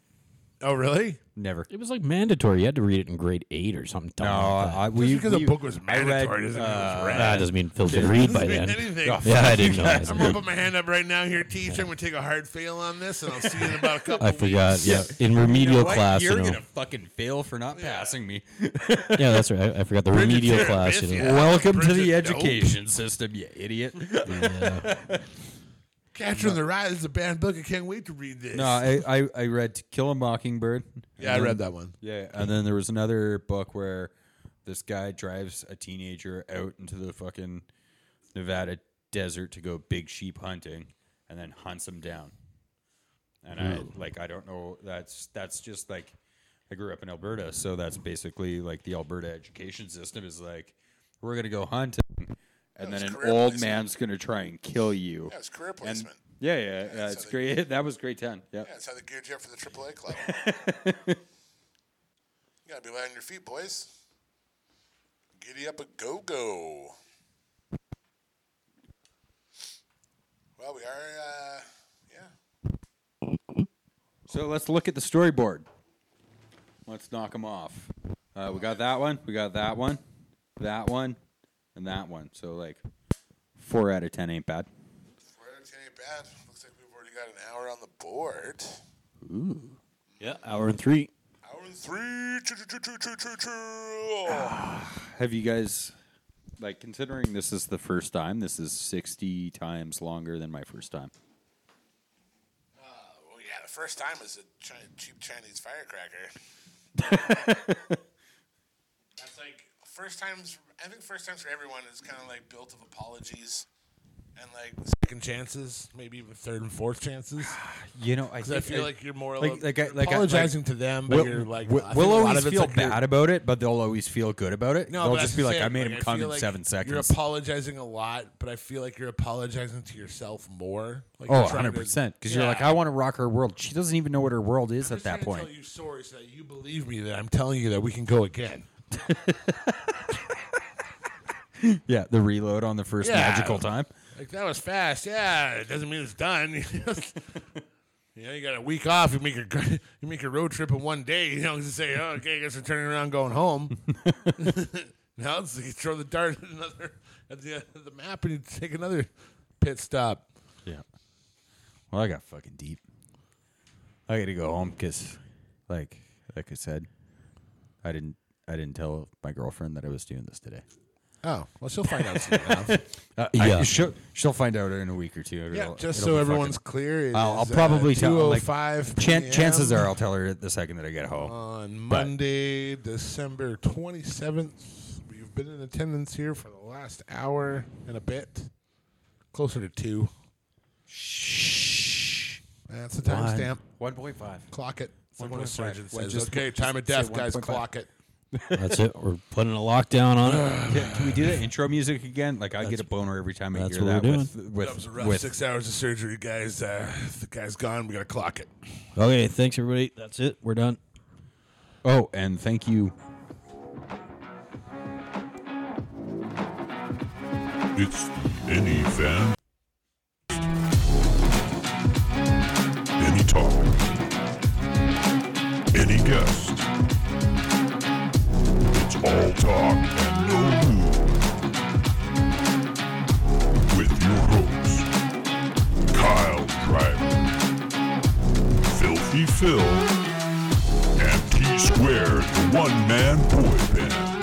Oh really?
Never.
It was like mandatory. You had to read it in grade eight or something. dumb
No,
like that.
I, we,
because
we,
the book was
I read,
mandatory doesn't mean it was
uh,
read.
that doesn't mean Phil could read by
Doesn't mean
then.
anything.
Yeah, I didn't know.
I'm
That.
gonna put my hand up right now here, teacher. I'm gonna take a hard fail on this, and I'll see you in about a couple.
I
weeks.
forgot. Yeah, in
You
remedial
know what?
class,
You're
you know.
gonna fucking fail for not passing me.
Yeah, that's right. I, I forgot the remedial
Terra
class, you
Mythia.
know.
Welcome to
Bridget,
the
no.
education system, you idiot.
Catcher in the Rye is a banned book. I can't wait to read this.
no, I, I, I read To Kill a Mockingbird.
yeah, I
And then-
read that one.
Yeah, and then there was another book where this guy drives a teenager out into the fucking Nevada desert to go big sheep hunting, and then hunts him down. And I like I don't know that's that's just like I grew up in Alberta, so that's basically like the Alberta education system is like we're gonna go hunting, and then an
career
old
placement.
man's gonna try and kill you.
That's career
And
placement.
yeah, yeah, yeah, it's great. That was great ten. Yeah.
That's how they geared you up for the AAA club. you gotta be light on your feet, boys. Giddy up a go go. Well, we are, uh, yeah.
So let's look at the storyboard. Let's knock them off. Uh, we got that one. We got that one. That one, and that one. So like four out of ten ain't bad.
Four out of ten ain't bad. Looks like we've already got an hour on the board.
Yeah, hour and three.
Hour and three. Choo, choo, choo, choo, choo, choo.
Have you guys like considering this is the first time? This is sixty times longer than my first time.
Well, yeah, the first time is a chi- cheap Chinese firecracker. That's like first times. I think first times for everyone is kind of like built of apologies and like second chances, maybe even third and fourth chances.
You know, I,
'Cause I
think-
feel like you're more
like-
like,
like I- like I- like-
apologizing to them, but you're like
we'll,
I think
we'll
a lot
always
of it's
feel
like you're-
bad about it, but they'll always feel good about it.
No,
they'll
but
just
that's
be
the
like,
thing.
"I made him
I
come
feel
in
like
seven seconds."
You're apologizing a lot, but I feel like you're apologizing to yourself more. Like
Oh,
you're trying to-
100 percent. Because you're
Yeah.
like, I want to rock her world. She doesn't even know what her world is at
just
that
trying to
point.
Tell you sorry so that you believe me that I'm telling you that we can go again.
Yeah, the reload on the first
Yeah.
magical time.
Like that was fast. Yeah, it doesn't mean it's done. you know, you got a week off. You make a you make a road trip in one day. You know, just say, oh, okay, I guess we're turning around, going home. now it's like you throw the dart at another at the, at the map and you take another pit stop.
Yeah. Well, I got fucking deep. I got to go home because, like, like I said, I didn't, I didn't tell my girlfriend that I was doing this today.
Oh, well, she'll find out soon enough.
Uh,
Yeah.
I, she'll, she'll find out in a week or two.
Yeah,
It'll-
just
it'll
so
be
everyone's
fucking-
clear, it
I'll, I'll
is, uh,
probably tell. Like,
2:05
chan- chances
PM
are, I'll tell her the second that I get home.
on Monday, December twenty seventh. We've been in attendance here for the last hour and a bit, closer to two.
Shh.
That's the timestamp.
One point five.
Clock it. It's like
One
when
point
a
five.
surgeon
One-
says,
just-
"Okay, time of
just say
death, guys.
1.5.
Clock it."
That's it. We're putting a lockdown on it.
Can, can we do the intro music again? Like I get a boner every time I
that's
hear
what
that
we're
with
That was
with
a rough
with
six hours of surgery, guys. Uh, if the guy's gone. We gotta clock it.
Okay, thanks everybody. That's it. We're done.
Oh, and thank you.
It's any fan. Any topic. Any guest. It's all talk and no move. With your hosts, Kyle Driver, Filthy Phil, and T Squared, the one man boy band.